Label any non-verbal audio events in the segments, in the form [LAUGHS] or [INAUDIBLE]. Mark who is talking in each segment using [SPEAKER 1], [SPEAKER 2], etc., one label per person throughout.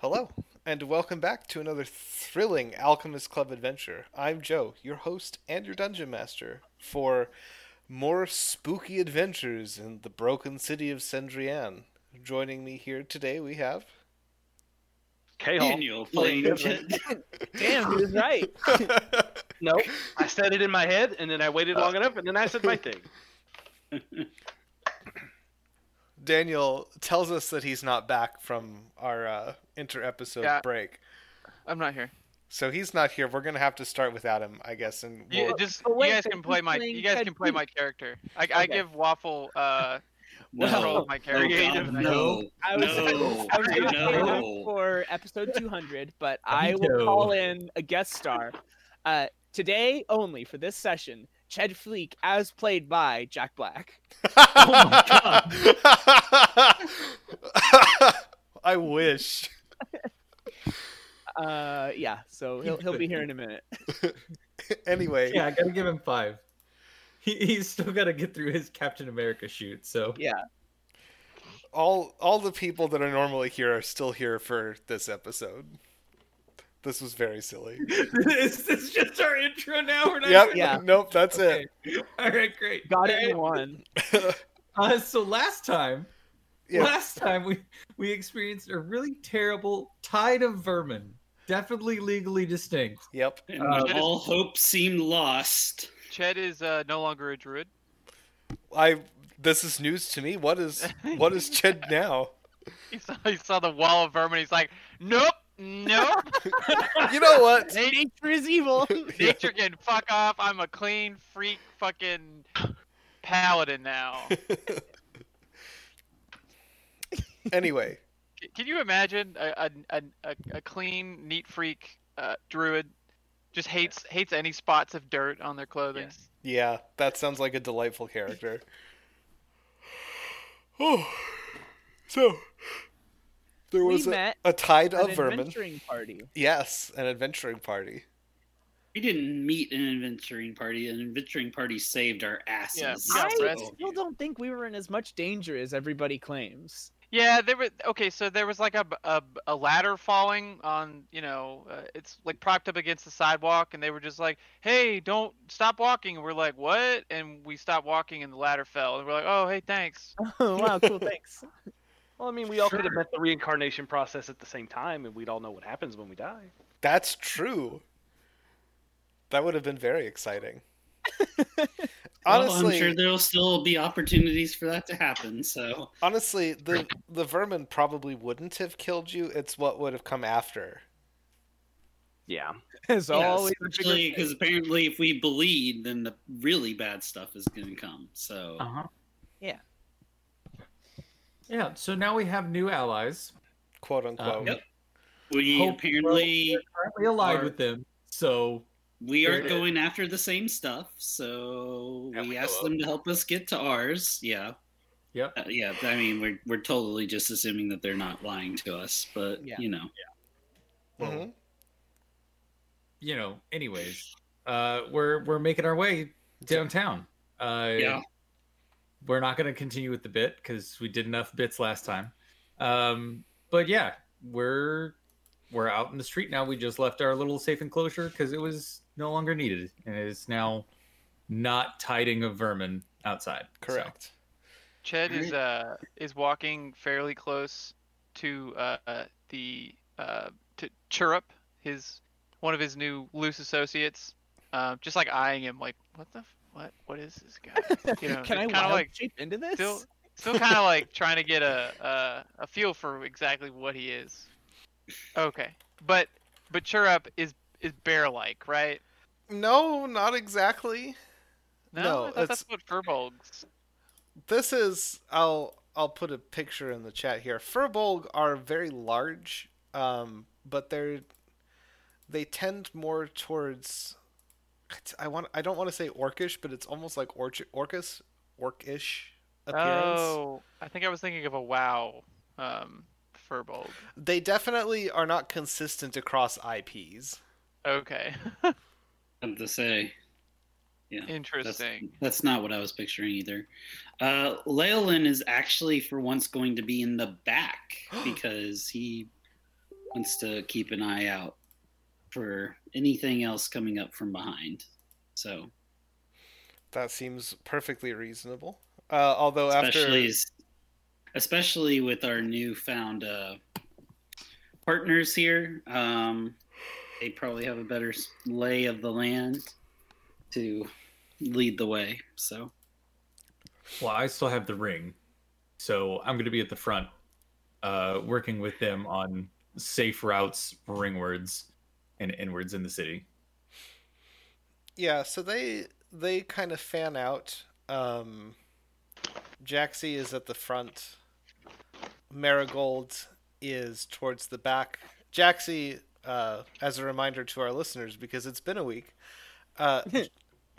[SPEAKER 1] Hello, and welcome back to another thrilling Alchemist Club adventure. I'm Joe, your host and your dungeon master, for more spooky adventures in the broken city of Sendrian. Joining me here today, we have.
[SPEAKER 2] K-Hall.
[SPEAKER 3] Daniel
[SPEAKER 2] [LAUGHS]
[SPEAKER 3] playing.
[SPEAKER 2] Damn, he was right. no, I said it in my head, and then I waited
[SPEAKER 3] Uh,
[SPEAKER 2] long enough, and then I said my thing.
[SPEAKER 1] [LAUGHS] Daniel tells us that he's not back from our uh, inter episode
[SPEAKER 4] Yeah.
[SPEAKER 1] break.
[SPEAKER 4] I'm not here.
[SPEAKER 1] So he's not here. We're going to have to start without him, I guess. And
[SPEAKER 4] You, [LAUGHS]
[SPEAKER 1] we'll-
[SPEAKER 4] just
[SPEAKER 2] but wait,
[SPEAKER 4] you guys
[SPEAKER 2] but
[SPEAKER 4] can
[SPEAKER 2] he's
[SPEAKER 4] play my
[SPEAKER 2] playing
[SPEAKER 4] you guys can play
[SPEAKER 2] Ted
[SPEAKER 4] my character. I, I
[SPEAKER 2] Okay.
[SPEAKER 4] give Waffle uh control
[SPEAKER 3] [LAUGHS] No.
[SPEAKER 4] of my
[SPEAKER 3] No,
[SPEAKER 4] character.
[SPEAKER 3] God,
[SPEAKER 2] Creative
[SPEAKER 3] no.
[SPEAKER 2] [LAUGHS]
[SPEAKER 5] I was, I was, I was
[SPEAKER 3] No.
[SPEAKER 5] gonna say that
[SPEAKER 3] No.
[SPEAKER 5] for episode 200, but I will call in a guest star. Uh, today only for this session, Ched Fleek, as played by Jack Black.
[SPEAKER 1] [LAUGHS] I wish.
[SPEAKER 5] Uh, yeah, so he'll he'll be here in a minute.
[SPEAKER 1] anyway,
[SPEAKER 6] Yeah, I gotta give him five. He, he's still gotta get through his Captain America shoot, so [LAUGHS]
[SPEAKER 5] Yeah,
[SPEAKER 1] all all the people that are normally here are still here for this episode. This was very silly.
[SPEAKER 6] is this just our intro now? We're not
[SPEAKER 1] yep.
[SPEAKER 6] even-
[SPEAKER 5] Yeah.
[SPEAKER 1] [LAUGHS] Nope. That's
[SPEAKER 6] Okay. All right, great.
[SPEAKER 5] got it
[SPEAKER 6] Alright,
[SPEAKER 5] in one.
[SPEAKER 1] it.
[SPEAKER 6] Uh, so last time,
[SPEAKER 1] Yeah.
[SPEAKER 6] last time we we experienced a really terrible tide of vermin, definitely legally distinct.
[SPEAKER 1] yep.
[SPEAKER 3] And
[SPEAKER 6] Uh,
[SPEAKER 3] when all hope seemed lost.
[SPEAKER 4] Ched is uh, no longer a druid. [LAUGHS]
[SPEAKER 1] I. This is news to me. What is what is Ched now?
[SPEAKER 4] He saw, he saw the wall of vermin. He's like, nope,
[SPEAKER 3] [LAUGHS]
[SPEAKER 4] nope.
[SPEAKER 1] You know what?
[SPEAKER 4] Nature,
[SPEAKER 5] Nature is
[SPEAKER 1] [LAUGHS]
[SPEAKER 5] evil.
[SPEAKER 4] nature can fuck off. I'm a clean freak fucking paladin
[SPEAKER 3] [LAUGHS]
[SPEAKER 4] now.
[SPEAKER 1] Anyway,
[SPEAKER 4] C- Can you imagine a a, a, a, a clean, neat freak uh, druid just hates hates any spots of dirt on their clothing?
[SPEAKER 1] yeah, that sounds like a delightful character. [SIGHS] Oh, so there
[SPEAKER 5] We
[SPEAKER 1] was a,
[SPEAKER 5] met
[SPEAKER 1] a tide
[SPEAKER 5] An
[SPEAKER 1] of vermin.
[SPEAKER 5] adventuring party.
[SPEAKER 1] Yes, an adventuring party.
[SPEAKER 3] We didn't meet an adventuring party. An adventuring party saved our asses.
[SPEAKER 4] Yeah,
[SPEAKER 5] I
[SPEAKER 4] rest.
[SPEAKER 5] still don't think we were in as much danger as everybody claims. [LAUGHS]
[SPEAKER 4] Yeah, there was okay. So there was like a b- a, b- a ladder falling on, you know, uh, it's like propped up against the sidewalk, and they were just like, "Hey, don't stop walking." And we're like, "What?" And we stopped walking, and the ladder fell, and we're like, "Oh, hey, thanks."
[SPEAKER 5] Oh wow, cool, thanks.
[SPEAKER 2] Well, I mean, we all could have
[SPEAKER 6] Sure.
[SPEAKER 2] met the reincarnation process at the same time, and we'd all know what happens when we die.
[SPEAKER 1] That's true. That would have been very exciting.
[SPEAKER 3] [LAUGHS] Well,
[SPEAKER 1] honestly,
[SPEAKER 3] I'm sure there'll still be opportunities for that to happen. So
[SPEAKER 1] honestly, the the vermin probably wouldn't have killed you. It's what would have come after.
[SPEAKER 2] Yeah.
[SPEAKER 5] As always, the bigger
[SPEAKER 3] especially because apparently, if we bleed, then the really bad stuff is going to come. So
[SPEAKER 2] huh.
[SPEAKER 6] Yeah, so now we have new allies.
[SPEAKER 1] Quote unquote.
[SPEAKER 6] Um,
[SPEAKER 3] Yep. we
[SPEAKER 6] Hope-
[SPEAKER 3] apparently
[SPEAKER 6] Currently allied
[SPEAKER 3] Are-
[SPEAKER 6] with them, so
[SPEAKER 3] we are
[SPEAKER 6] Sure.
[SPEAKER 3] going after the same stuff. So
[SPEAKER 6] Yeah,
[SPEAKER 3] we
[SPEAKER 6] we
[SPEAKER 3] asked
[SPEAKER 6] know
[SPEAKER 3] them to help us get to ours. Yeah.
[SPEAKER 6] yep.
[SPEAKER 3] Uh, yeah, I mean, we're we're totally just assuming that they're not lying to us, but
[SPEAKER 5] Yeah.
[SPEAKER 3] you know,
[SPEAKER 1] Mhm.
[SPEAKER 6] You know, anyways, uh, we're we're making our way downtown. Uh,
[SPEAKER 3] yeah,
[SPEAKER 6] we're not going to continue with the bit because we did enough bits last time. Um, but yeah, we're we're out in the street now. We just left our little safe enclosure because it was no longer needed, and it is now not tiding of vermin outside. So,
[SPEAKER 1] Correct.
[SPEAKER 4] Ched is uh is walking fairly close to uh uh, the uh to Chirrup, his one of his new loose associates, uh, just like eyeing him, like, "What the f- what what is
[SPEAKER 5] [LAUGHS]
[SPEAKER 4] this guy?" You know,
[SPEAKER 5] can I
[SPEAKER 4] kind
[SPEAKER 5] wild
[SPEAKER 4] of like
[SPEAKER 5] shape into this?
[SPEAKER 4] still
[SPEAKER 5] [LAUGHS]
[SPEAKER 4] still kind of like trying to get a, a a feel for exactly what he is. Okay, but but Chirrup is is bear like, right?
[SPEAKER 1] No, not exactly.
[SPEAKER 4] No,
[SPEAKER 1] No,
[SPEAKER 4] I thought
[SPEAKER 1] it's-
[SPEAKER 4] that's what furbolgs.
[SPEAKER 1] This is I'll I'll put a picture in the chat here. Furbolg are very large, um, but they're they tend more towards I want I don't want to say orcish, but it's almost like orch orcus orcish appearance.
[SPEAKER 4] Oh, I think I was thinking of a wow um, furbolg.
[SPEAKER 1] They definitely are not consistent across IPs.
[SPEAKER 4] Okay, [LAUGHS]
[SPEAKER 3] I have to say that's
[SPEAKER 4] interesting.
[SPEAKER 3] that's not what I was picturing either. Uh, [GASPS] Leyland is actually for once going to be in the back because he wants to keep an eye out for anything else coming up from behind. So
[SPEAKER 1] That seems perfectly reasonable. Uh, although
[SPEAKER 3] especially
[SPEAKER 1] after
[SPEAKER 3] as- especially with our newfound uh, partners here, um, they probably have a better s- lay of the land to lead the way. So
[SPEAKER 6] Well, I still have the ring, so I'm going to be at the front, uh, working with them on safe routes, ringwards, and inwards in the city.
[SPEAKER 1] yeah, so they they kind of fan out. Um, Jaxie is at the front. Marigold is towards the back. Jaxie, uh, as a reminder to our listeners, because it's been a week, uh,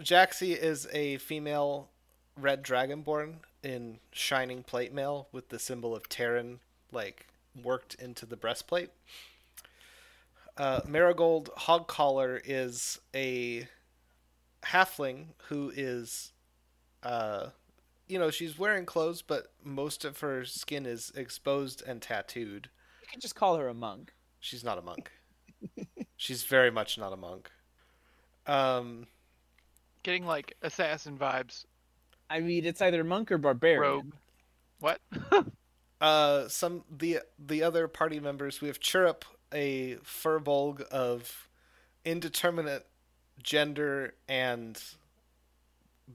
[SPEAKER 1] Jaxie is a female red dragonborn in shining plate mail with the symbol of Terran like worked into the breastplate. Uh, Marigold Hogcollar is a halfling who is, uh, you know, she's wearing clothes, but most of her skin is exposed and tattooed.
[SPEAKER 5] You can just call her a monk.
[SPEAKER 1] She's not a monk. she's very much not a monk. Um,
[SPEAKER 4] Getting like assassin vibes.
[SPEAKER 5] I mean, it's either monk or barbarian.
[SPEAKER 4] Rogue. What?
[SPEAKER 1] uh, some the the other party members we have Chirrup, a furbolg of indeterminate gender and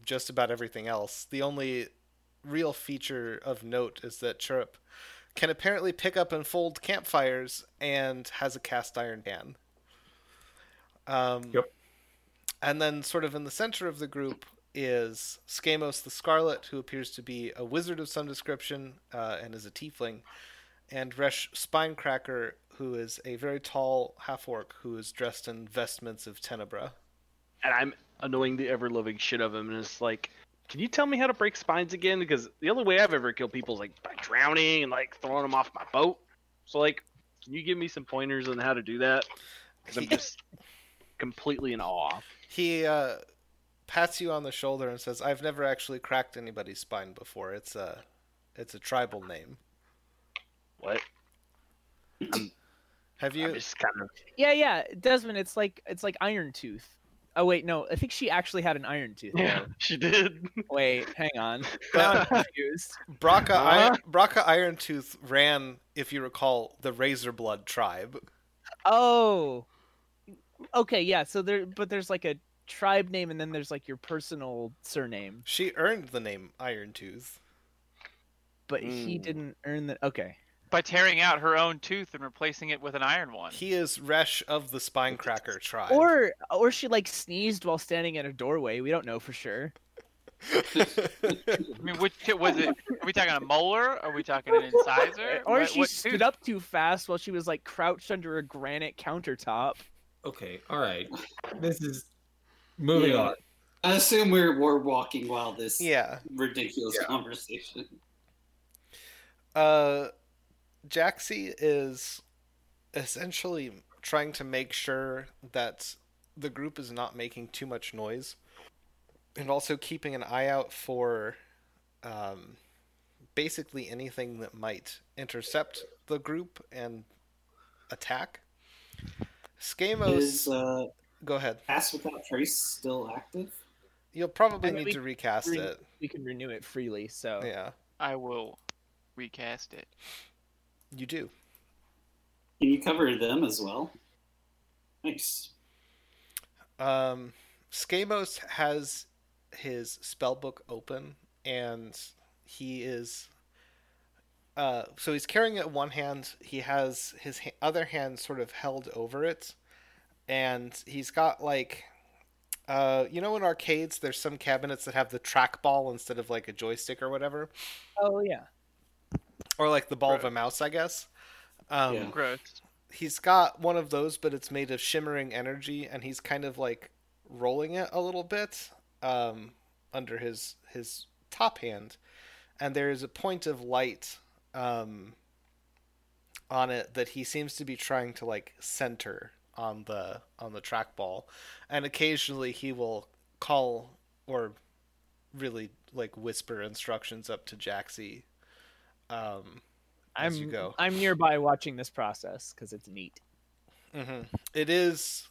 [SPEAKER 1] just about everything else. The only real feature of note is that Chirrup can apparently pick up and fold campfires and has a cast iron pan. Um,
[SPEAKER 6] Yep.
[SPEAKER 1] And then, sort of in the center of the group, is Skamos the Scarlet, who appears to be a wizard of some description uh, and is a tiefling, and Resh Spinecracker, who is a very tall half orc who is dressed in vestments of tenebra.
[SPEAKER 2] and I'm annoying the ever loving shit of him, and it's like, can you tell me how to break spines again? Because the only way I've ever killed people is like by drowning and like throwing them off my boat. So like, can you give me some pointers on how to do that? Because I'm [LAUGHS] just completely in awe.
[SPEAKER 1] He uh, pats you on the shoulder and says, "I've never actually cracked anybody's spine before. It's a, it's a tribal name.
[SPEAKER 2] What?
[SPEAKER 1] Have you?
[SPEAKER 2] I'm just kind [LAUGHS] of
[SPEAKER 5] Yeah, yeah, Desmond. It's like it's like Iron Tooth. Oh wait, no. I think she actually had an Iron Tooth. Oh,
[SPEAKER 2] yeah. She did. [LAUGHS]
[SPEAKER 5] Wait, hang on. Now I'm [LAUGHS]
[SPEAKER 4] [LAUGHS]
[SPEAKER 5] confused.
[SPEAKER 1] Braca,
[SPEAKER 2] Huh?
[SPEAKER 1] Iron, Braca Irontooth ran, if you recall, the Razorblood tribe.
[SPEAKER 5] Oh. Okay, yeah. So there, but there's like a tribe name, and then there's like your personal surname.
[SPEAKER 1] She earned the name Irontooth.
[SPEAKER 5] But he
[SPEAKER 4] Hmm.
[SPEAKER 2] Mm.
[SPEAKER 5] didn't earn the. Okay.
[SPEAKER 4] By tearing out her own tooth and replacing it with an iron one.
[SPEAKER 1] He is Resh of the Spinecracker tribe.
[SPEAKER 5] Or or she like sneezed while standing in a doorway. We don't know for sure.
[SPEAKER 4] I mean, which was it? Are we talking a molar? Are we talking an incisor?
[SPEAKER 5] Or
[SPEAKER 4] What-
[SPEAKER 5] she
[SPEAKER 4] what
[SPEAKER 5] stood
[SPEAKER 4] tooth?
[SPEAKER 5] up too fast while she was like crouched under a granite countertop.
[SPEAKER 6] Okay, all right. This is moving
[SPEAKER 3] Yeah.
[SPEAKER 6] on.
[SPEAKER 3] I assume we're we're walking while
[SPEAKER 1] [LAUGHS]
[SPEAKER 3] this
[SPEAKER 1] yeah.
[SPEAKER 3] ridiculous conversation.
[SPEAKER 1] Uh, Jaxie is essentially trying to make sure that the group is not making too much noise, and also keeping an eye out for um, basically anything that might intercept the group and attack. Skamos,
[SPEAKER 3] Is uh,
[SPEAKER 1] go ahead.
[SPEAKER 3] Pass Without Trace still active?
[SPEAKER 1] You'll probably
[SPEAKER 5] I mean,
[SPEAKER 1] need
[SPEAKER 5] we
[SPEAKER 1] to recast
[SPEAKER 5] re-
[SPEAKER 1] it.
[SPEAKER 5] We can renew it freely. So
[SPEAKER 1] Yeah,
[SPEAKER 4] I will recast it.
[SPEAKER 1] you do.
[SPEAKER 3] Can you cover them as well? Nice.
[SPEAKER 1] Um, Skamos has his spell book open, and he is. Uh, so he's carrying it in one hand. He has his ha- other hand sort of held over it, and he's got like, uh, you know, in arcades, there's some cabinets that have the trackball instead of like a joystick or whatever,
[SPEAKER 5] oh yeah.
[SPEAKER 1] or like the ball of a mouse, I guess. Um,
[SPEAKER 3] Yeah.
[SPEAKER 4] Gross.
[SPEAKER 1] he's got one of those, but it's made of shimmering energy, and he's kind of like rolling it a little bit um, under his his top hand, and there is a point of light um, on it that he seems to be trying to like center on the on the trackball, and occasionally he will call or really like whisper instructions up to Jaxie. Um,
[SPEAKER 5] I'm
[SPEAKER 1] as you go.
[SPEAKER 5] I'm nearby watching this process because it's neat.
[SPEAKER 1] Mhm. It is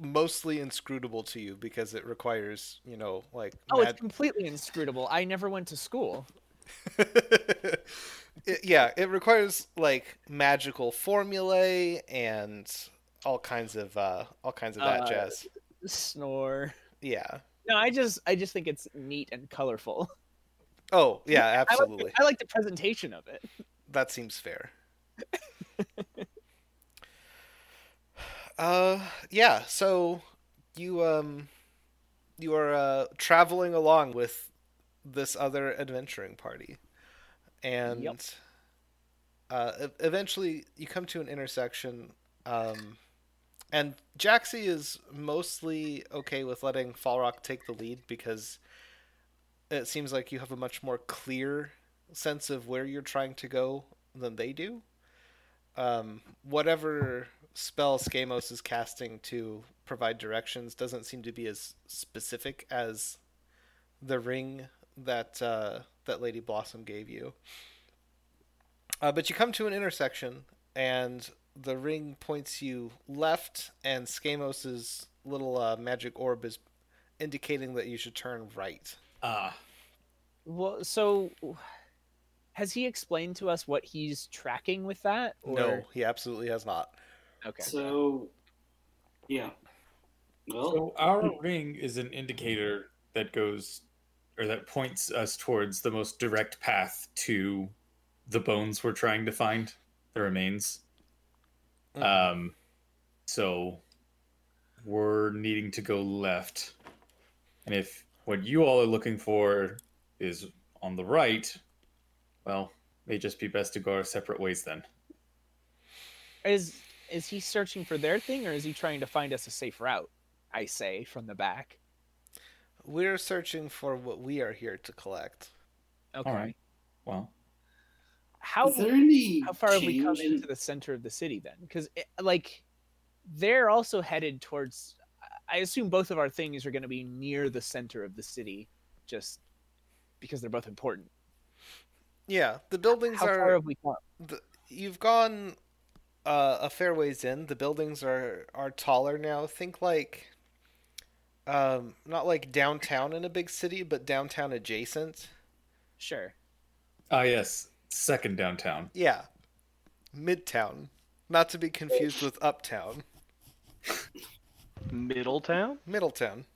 [SPEAKER 1] mostly inscrutable to you because it requires, you know, like
[SPEAKER 5] Oh,
[SPEAKER 1] mad-
[SPEAKER 5] it's completely inscrutable. I never went to school.
[SPEAKER 1] [LAUGHS] It- yeah, it requires like magical formulae and all kinds of uh all kinds of that
[SPEAKER 5] Uh,
[SPEAKER 1] jazz.
[SPEAKER 5] Snore.
[SPEAKER 1] Yeah.
[SPEAKER 5] No, I just I just think it's neat and colorful. [LAUGHS]
[SPEAKER 1] Oh, yeah,
[SPEAKER 5] I like-
[SPEAKER 1] absolutely.
[SPEAKER 5] I like the presentation of it.
[SPEAKER 1] That seems fair. uh yeah, so you um you are uh traveling along with this other adventuring party. And uh e- eventually you come to an intersection um and Jaxie is mostly okay with letting Falrock take the lead because it seems like you have a much more clear sense of where you're trying to go than they do. Um, whatever spell Skamos is casting to provide directions doesn't seem to be as specific as the ring that uh, that Lady Blossom gave you. Uh, but you come to an intersection, and the ring points you left, and Skamos' little uh, magic orb is indicating that you should turn right.
[SPEAKER 6] Ah,
[SPEAKER 5] Well, so has he explained to us what he's tracking with that?
[SPEAKER 1] No,
[SPEAKER 5] or-
[SPEAKER 1] he absolutely has not.
[SPEAKER 2] Okay.
[SPEAKER 3] So, yeah. Well,
[SPEAKER 6] so our ring is an indicator that goes or that points us towards the most direct path to the bones we're trying to find, the remains. Um, so we're needing to go left. And if what you all are looking for is on the right, well, may just be best to go our separate ways then.
[SPEAKER 5] Is is he searching for their thing or is he trying to find us a safe route? I say from the back.
[SPEAKER 1] We're searching for what we are here to collect.
[SPEAKER 5] Okay.
[SPEAKER 6] right. Well,
[SPEAKER 5] How
[SPEAKER 3] is there any
[SPEAKER 5] how far have we come
[SPEAKER 3] change in-
[SPEAKER 5] into the center of the city then? Because like they're also headed towards. I assume both of our things are going to be near the center of the city, just because they're both important.
[SPEAKER 1] Yeah, the buildings
[SPEAKER 5] How far
[SPEAKER 1] are.
[SPEAKER 5] have we come?
[SPEAKER 1] You've gone uh, a fair ways in. The buildings are are taller now. Think like, um, not like downtown in a big city, but downtown adjacent.
[SPEAKER 5] Sure.
[SPEAKER 6] ah, yes, second downtown.
[SPEAKER 1] Yeah, midtown, not to be confused with uptown,
[SPEAKER 2] Middletown?
[SPEAKER 1] Middletown. [LAUGHS]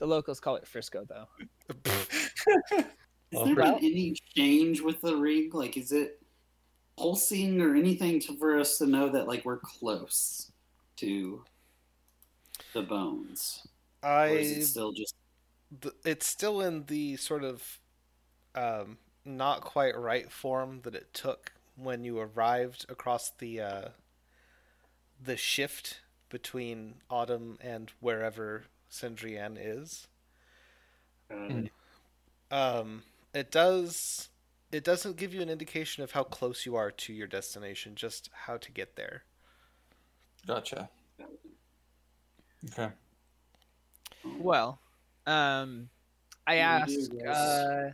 [SPEAKER 5] The locals call it Frisco, though.
[SPEAKER 3] Has
[SPEAKER 6] Well,
[SPEAKER 3] there
[SPEAKER 5] well-
[SPEAKER 3] been any change with the ring? Like, is it pulsing or anything to, for us to know that like we're close to the bones, or is
[SPEAKER 1] I
[SPEAKER 3] it still just
[SPEAKER 1] th- it's still in the sort of um, not quite right form that it took when you arrived across the uh, the shift between autumn and wherever Sindrian is.
[SPEAKER 3] uh,
[SPEAKER 6] Mm.
[SPEAKER 1] Um, it does it doesn't give you an indication of how close you are to your destination, just how to get there.
[SPEAKER 6] Gotcha. Okay.
[SPEAKER 5] Well, um, I
[SPEAKER 3] Yeah, we
[SPEAKER 5] ask,
[SPEAKER 3] do, yes.
[SPEAKER 5] uh,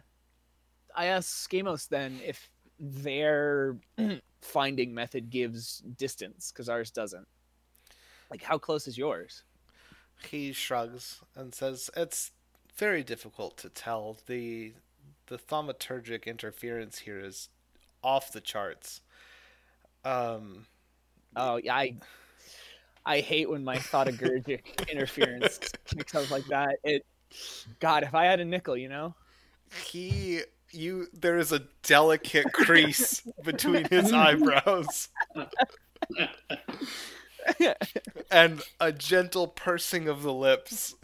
[SPEAKER 5] I ask Skamos then if their [CLEARS THROAT] finding method gives distance because ours doesn't. Like, how close is yours?
[SPEAKER 1] He shrugs and says, "It's very difficult to tell. the The thaumaturgic interference here is off the charts. Um,
[SPEAKER 5] Oh, yeah, I, I hate when my thaumaturgic interference kicks up like that. It, God, if I had a nickel, you know,
[SPEAKER 1] he, you, there is a delicate crease between his eyebrows." and a gentle pursing of the lips.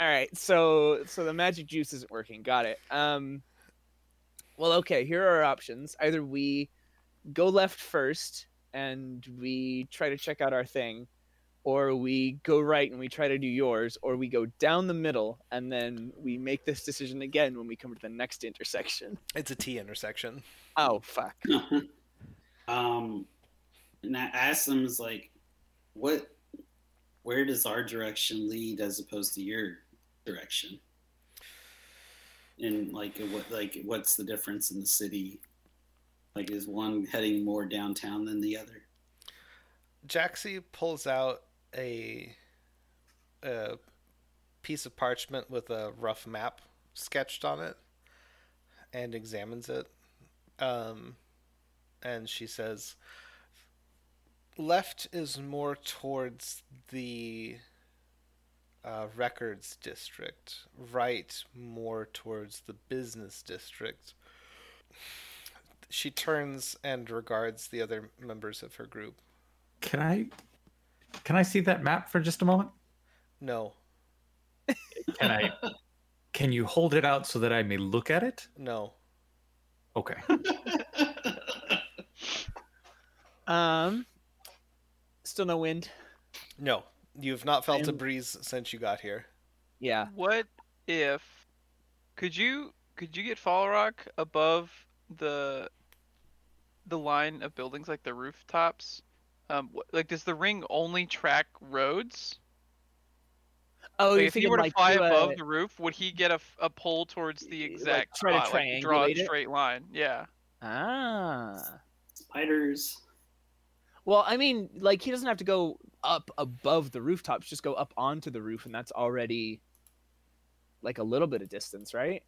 [SPEAKER 5] All right, so so the magic juice isn't working. Got it. Um, well, okay. Here are our options. Either we go left first and we try to check out our thing, or we go right and we try to do yours, or we go down the middle and then we make this decision again when we come to the next intersection.
[SPEAKER 1] it's a T intersection.
[SPEAKER 5] Oh fuck.
[SPEAKER 3] [LAUGHS] um, and I asked them is like, what, where does our direction lead as opposed to your direction? and like what like what's the difference in the city? Like is one heading more downtown than the other?
[SPEAKER 1] Jaxie pulls out a, a piece of parchment with a rough map sketched on it and examines it. Um, and she says, Left is more towards the uh, records district, right more towards the business district. She turns and regards the other members of her group.
[SPEAKER 6] Can I can I see that map for just a moment?
[SPEAKER 1] No,
[SPEAKER 6] Can I can you hold it out so that I may look at it?
[SPEAKER 1] no.
[SPEAKER 6] Okay.
[SPEAKER 5] Um, still no wind.
[SPEAKER 1] No, you've not felt a
[SPEAKER 5] And-
[SPEAKER 1] breeze since you got here.
[SPEAKER 5] Yeah.
[SPEAKER 4] What if could you could you get Fall Rock above the the line of buildings like the rooftops? Um, wh- like does the ring only track roads?
[SPEAKER 5] Oh,
[SPEAKER 4] Like,
[SPEAKER 5] you're
[SPEAKER 4] if he
[SPEAKER 5] thinking
[SPEAKER 4] were to
[SPEAKER 5] like
[SPEAKER 4] fly
[SPEAKER 5] do a-
[SPEAKER 4] above the roof, would he get a, f- a pull towards the
[SPEAKER 5] Like,
[SPEAKER 4] exact
[SPEAKER 5] try to
[SPEAKER 4] spot, like, draw a
[SPEAKER 5] triangulate it?
[SPEAKER 4] straight line? Yeah.
[SPEAKER 5] ah.
[SPEAKER 3] Spiders.
[SPEAKER 5] Well, I mean, like he doesn't have to go up above the rooftops; just go up onto the roof, and that's already like a little bit of distance, right?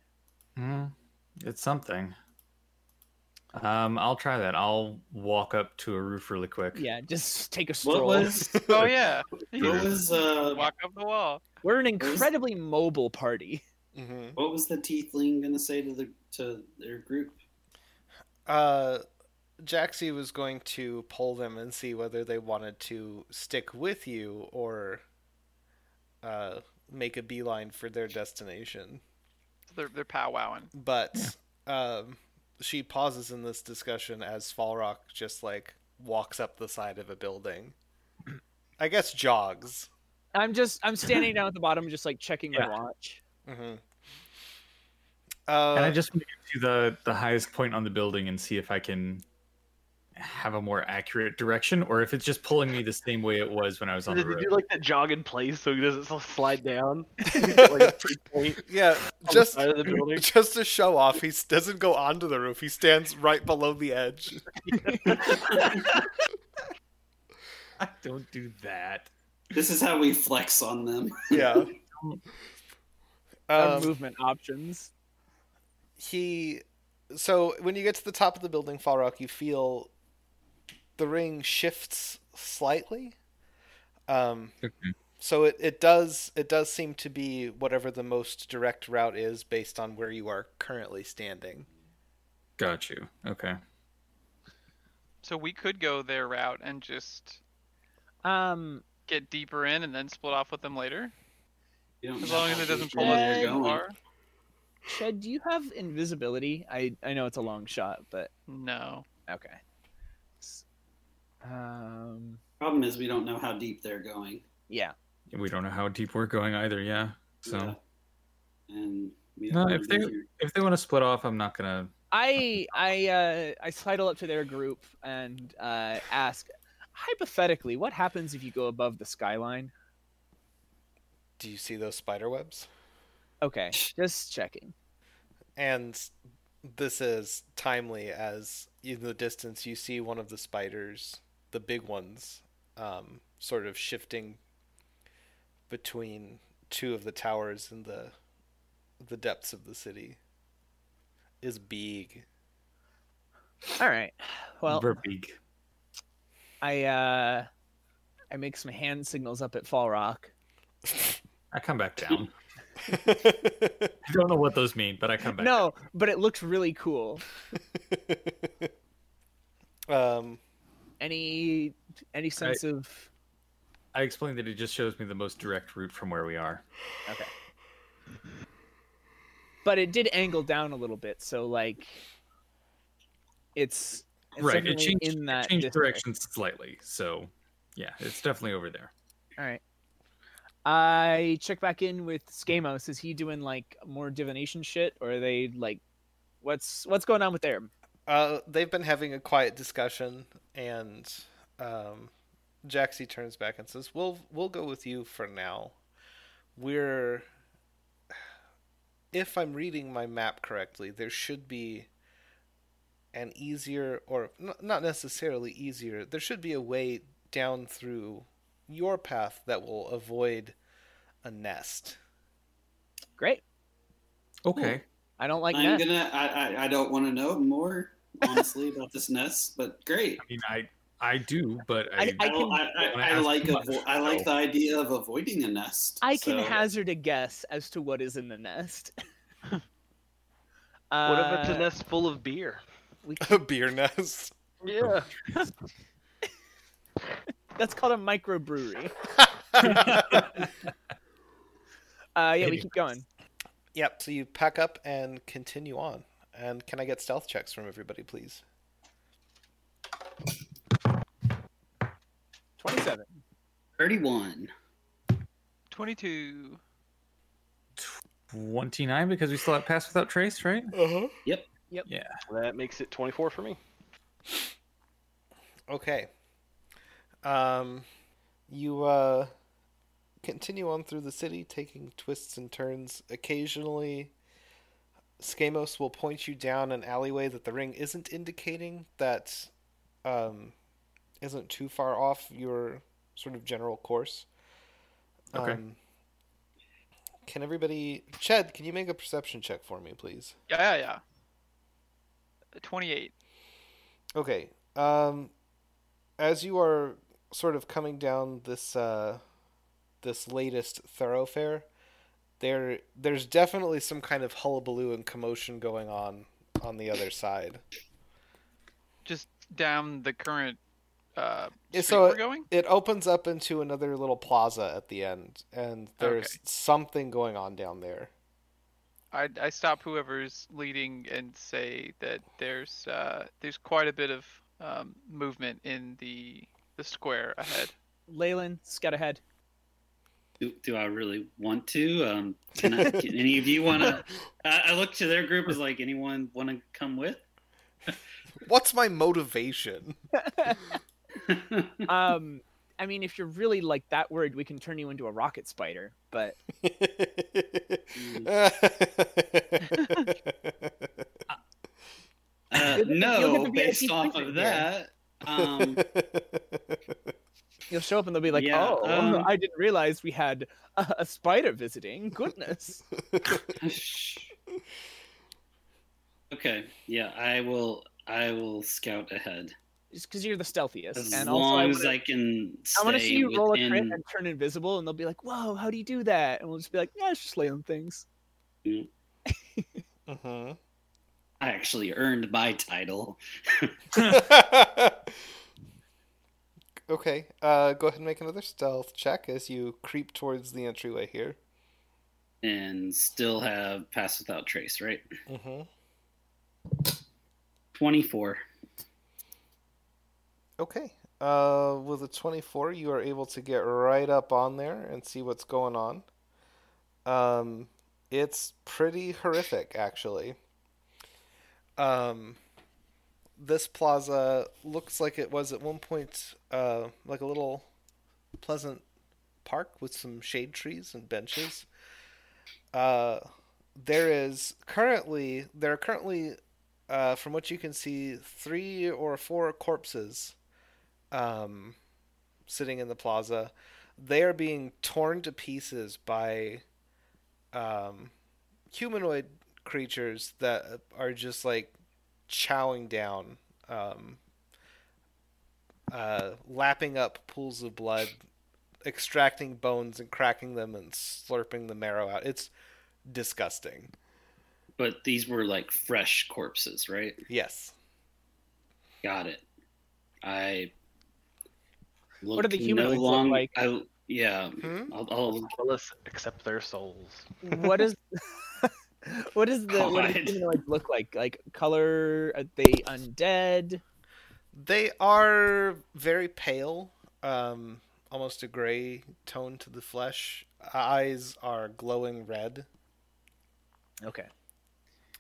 [SPEAKER 6] Mm, it's something. Um, I'll try that. I'll walk up to a roof really quick.
[SPEAKER 5] Yeah, just [LAUGHS] take a
[SPEAKER 3] What
[SPEAKER 5] stroll.
[SPEAKER 3] was
[SPEAKER 4] Oh yeah. [LAUGHS]
[SPEAKER 6] Yeah.
[SPEAKER 3] what was uh
[SPEAKER 4] Walk up the wall.
[SPEAKER 5] We're an
[SPEAKER 3] was-
[SPEAKER 5] incredibly mobile party.
[SPEAKER 1] Mm-hmm.
[SPEAKER 3] what was the teethling gonna say to the to their group?
[SPEAKER 1] Uh, Jaxie was going to poll them and see whether they wanted to stick with you or uh, make a beeline for their destination.
[SPEAKER 4] They're they're powwowing.
[SPEAKER 1] But um, she pauses in this discussion as Falrock just like walks up the side of a building. I guess jogs.
[SPEAKER 5] I'm just I'm standing down at the bottom, just like checking
[SPEAKER 6] Yeah.
[SPEAKER 5] my watch.
[SPEAKER 1] Mm-hmm. Uh,
[SPEAKER 6] Can
[SPEAKER 1] [LAUGHS]
[SPEAKER 6] I just make it to the the highest point on the building and see if I can have a more accurate direction, or if it's just pulling me the same way it was when I was on the
[SPEAKER 2] Did you
[SPEAKER 6] road?
[SPEAKER 2] do like that jog in place so he doesn't s- slide [LAUGHS] down? like, three point
[SPEAKER 1] yeah,
[SPEAKER 2] on the
[SPEAKER 1] just
[SPEAKER 2] side of the building.
[SPEAKER 1] [LAUGHS] just to show off, he s- doesn't go onto the roof. He stands right below the edge.
[SPEAKER 6] I don't do that.
[SPEAKER 3] This is how we flex on them. [LAUGHS]
[SPEAKER 1] Yeah.
[SPEAKER 5] Our
[SPEAKER 1] Um,
[SPEAKER 5] uh, movement options.
[SPEAKER 1] he. So when you get to the top of the building, Falrock, you feel the ring shifts slightly. Um,
[SPEAKER 6] Okay.
[SPEAKER 1] so it, it does it does seem to be whatever the most direct route is based on where you are currently standing.
[SPEAKER 6] Got you. Okay.
[SPEAKER 4] So we could go their route and just
[SPEAKER 5] Um,
[SPEAKER 4] get deeper in and then split off with them later.
[SPEAKER 3] You don't
[SPEAKER 4] As
[SPEAKER 3] know
[SPEAKER 4] long as
[SPEAKER 3] how
[SPEAKER 4] it doesn't
[SPEAKER 3] deep in
[SPEAKER 4] pull us
[SPEAKER 3] they're
[SPEAKER 4] too
[SPEAKER 3] going.
[SPEAKER 4] far.
[SPEAKER 5] Shed, do you have invisibility? I I know it's a long shot, but
[SPEAKER 4] No.
[SPEAKER 5] okay. S- Um,
[SPEAKER 3] Problem is we don't know how deep they're going.
[SPEAKER 5] yeah.
[SPEAKER 6] We don't know how deep we're going either. Yeah. So
[SPEAKER 3] Yeah. and we
[SPEAKER 6] No,
[SPEAKER 3] don't
[SPEAKER 6] if they- if they want to split off, I'm not gonna.
[SPEAKER 5] I I uh, I sidle up to their group and uh, ask, hypothetically, what happens if you go above the skyline?
[SPEAKER 1] Do you see those spider webs?
[SPEAKER 6] [SIGHS]
[SPEAKER 5] Okay, just checking.
[SPEAKER 1] And this is timely as in the distance you see one of the spiders, the big ones, um, sort of shifting between two of the towers in the the depths of the city. Is big.
[SPEAKER 5] All right. Well,
[SPEAKER 6] we're big.
[SPEAKER 5] I uh, I make some hand signals up at Fall Rock.
[SPEAKER 6] I come
[SPEAKER 5] [LAUGHS]
[SPEAKER 6] back down. I don't know what those mean, but I come back.
[SPEAKER 5] No, but it looks really cool.
[SPEAKER 1] um,
[SPEAKER 5] Any any sense of
[SPEAKER 6] I explained that it just shows me the most direct route from where we are.
[SPEAKER 5] but it did angle down a little bit, so like it's, it's
[SPEAKER 6] right. It
[SPEAKER 5] definitely
[SPEAKER 6] changed,
[SPEAKER 5] in
[SPEAKER 6] it
[SPEAKER 5] that
[SPEAKER 6] changed
[SPEAKER 5] distance.
[SPEAKER 6] direction slightly. So, yeah, it's definitely over there.
[SPEAKER 5] All right. I check back in with Skamos. Is he doing like more divination shit, or are they like, what's what's going on with there?
[SPEAKER 1] Uh, they've been having a quiet discussion, and um, Jaxie turns back and says, "We'll we'll go with you for now. We're if I'm reading my map correctly, there should be an easier, or n- not necessarily easier, there should be a way down through your path that will avoid a nest.
[SPEAKER 5] Great.
[SPEAKER 6] Okay.
[SPEAKER 5] I don't like
[SPEAKER 3] I'm
[SPEAKER 5] nests.
[SPEAKER 3] gonna. I, I, I don't want to know more honestly about this nest, but great.
[SPEAKER 6] I mean, I I do, but I,
[SPEAKER 5] I
[SPEAKER 3] I,
[SPEAKER 5] can-
[SPEAKER 3] don't- I, I,
[SPEAKER 6] Don't wanna
[SPEAKER 3] I
[SPEAKER 6] ask
[SPEAKER 3] like
[SPEAKER 6] too
[SPEAKER 3] avo-
[SPEAKER 6] much,
[SPEAKER 3] I
[SPEAKER 6] so.
[SPEAKER 3] like the idea of avoiding a nest.
[SPEAKER 5] I can
[SPEAKER 3] so-
[SPEAKER 5] hazard a guess as to what is in the nest. [LAUGHS] uh,
[SPEAKER 2] What if it's a nest full of beer?
[SPEAKER 1] [LAUGHS] A beer [LAUGHS] nest.
[SPEAKER 2] Yeah.
[SPEAKER 5] That's called a microbrewery.
[SPEAKER 1] yep,
[SPEAKER 5] Uh, yeah, we
[SPEAKER 6] Anyway.
[SPEAKER 5] keep going.
[SPEAKER 1] so you pack up and continue on. And can I get stealth checks from everybody, please?
[SPEAKER 5] Twenty-seven.
[SPEAKER 3] Thirty-one.
[SPEAKER 4] 22.
[SPEAKER 6] 29 because we still have pass without trace, right?
[SPEAKER 1] Uh-huh.
[SPEAKER 2] that makes it 24 for me.
[SPEAKER 1] Okay. Um, you uh, continue on through the city, taking twists and turns. Occasionally, Skamos will point you down an alleyway that the ring isn't indicating that um, isn't too far off your sort of general course.
[SPEAKER 6] Okay.
[SPEAKER 1] Um, can everybody, Ched? Can you make a perception check for me, please?
[SPEAKER 4] Yeah, yeah, yeah. 28.
[SPEAKER 1] Okay. Um, as you are sort of coming down this uh, this latest thoroughfare, there there's definitely some kind of hullabaloo and commotion going on on the other side.
[SPEAKER 4] Just down the current uh,
[SPEAKER 1] Yeah,
[SPEAKER 4] street
[SPEAKER 1] so
[SPEAKER 4] we're going?
[SPEAKER 1] It opens up into another little plaza at the end, and there's something going on down there.
[SPEAKER 4] I, I stop whoever's leading and say that there's uh, there's quite a bit of um, movement in the the square ahead.
[SPEAKER 5] Leyland, scout [LAUGHS] ahead.
[SPEAKER 3] Do, do I really want to? Um,
[SPEAKER 6] [LAUGHS]
[SPEAKER 3] can, I, can any of you want to? I, I look to their group as like, anyone want to come with? [LAUGHS]
[SPEAKER 1] What's my [LAUGHS] motivation?
[SPEAKER 3] Uh,
[SPEAKER 5] Um, I mean, if you're really like that worried, we can turn you into a rocket spider. But
[SPEAKER 3] Uh,
[SPEAKER 5] You'll- you'll get
[SPEAKER 3] no,
[SPEAKER 5] to be a
[SPEAKER 3] based off
[SPEAKER 5] secret,
[SPEAKER 3] of
[SPEAKER 5] yeah.
[SPEAKER 3] that. Um,
[SPEAKER 5] you'll show up and they'll be like,
[SPEAKER 3] Yeah,
[SPEAKER 5] "Oh,
[SPEAKER 3] um,
[SPEAKER 5] [LAUGHS] I didn't realize we had a, a spider visiting. Goodness."
[SPEAKER 3] [LAUGHS] okay, yeah, I will. I will scout ahead
[SPEAKER 5] Just because you're the stealthiest,
[SPEAKER 3] as
[SPEAKER 5] and also
[SPEAKER 3] long
[SPEAKER 5] I
[SPEAKER 3] as
[SPEAKER 5] wanna-
[SPEAKER 3] I can.
[SPEAKER 5] I want to
[SPEAKER 3] stay
[SPEAKER 5] see you roll a crit
[SPEAKER 3] within-
[SPEAKER 5] and turn invisible, and they'll be like, "Whoa, how do you do that?" And we'll just be like, "Yeah, it's just lay on things."
[SPEAKER 1] Mhm.
[SPEAKER 3] I actually earned my title.
[SPEAKER 1] okay, uh, go ahead and make another stealth check as you creep towards the entryway here.
[SPEAKER 3] and still have pass without trace, right?
[SPEAKER 1] Mm-hmm.
[SPEAKER 3] 24.
[SPEAKER 1] Okay, uh, with a 24, you are able to get right up on there and see what's going on. Um, it's pretty horrific, actually. Um, this plaza looks like it was at one point, uh, like a little pleasant park with some shade trees and benches. Uh, there is currently there are currently, uh, from what you can see, three or four corpses, um, sitting in the plaza. They are being torn to pieces by, um, humanoid creatures that are just like chowing down, um, uh, lapping up pools of blood, extracting bones and cracking them and slurping the marrow out. It's disgusting.
[SPEAKER 3] But these were like fresh corpses, right?
[SPEAKER 1] Yes.
[SPEAKER 3] Got it. I. Look
[SPEAKER 5] What do the humanoids look like?
[SPEAKER 3] I, yeah.
[SPEAKER 1] Hmm?
[SPEAKER 3] I'll, I'll,
[SPEAKER 2] Well, let's accept their souls.
[SPEAKER 5] What is [LAUGHS] what is the what do the
[SPEAKER 3] God.
[SPEAKER 5] humanoids look like? Like color? Are they undead?
[SPEAKER 1] They are very pale, um, almost a gray tone to the flesh. Eyes are glowing red.
[SPEAKER 5] Okay.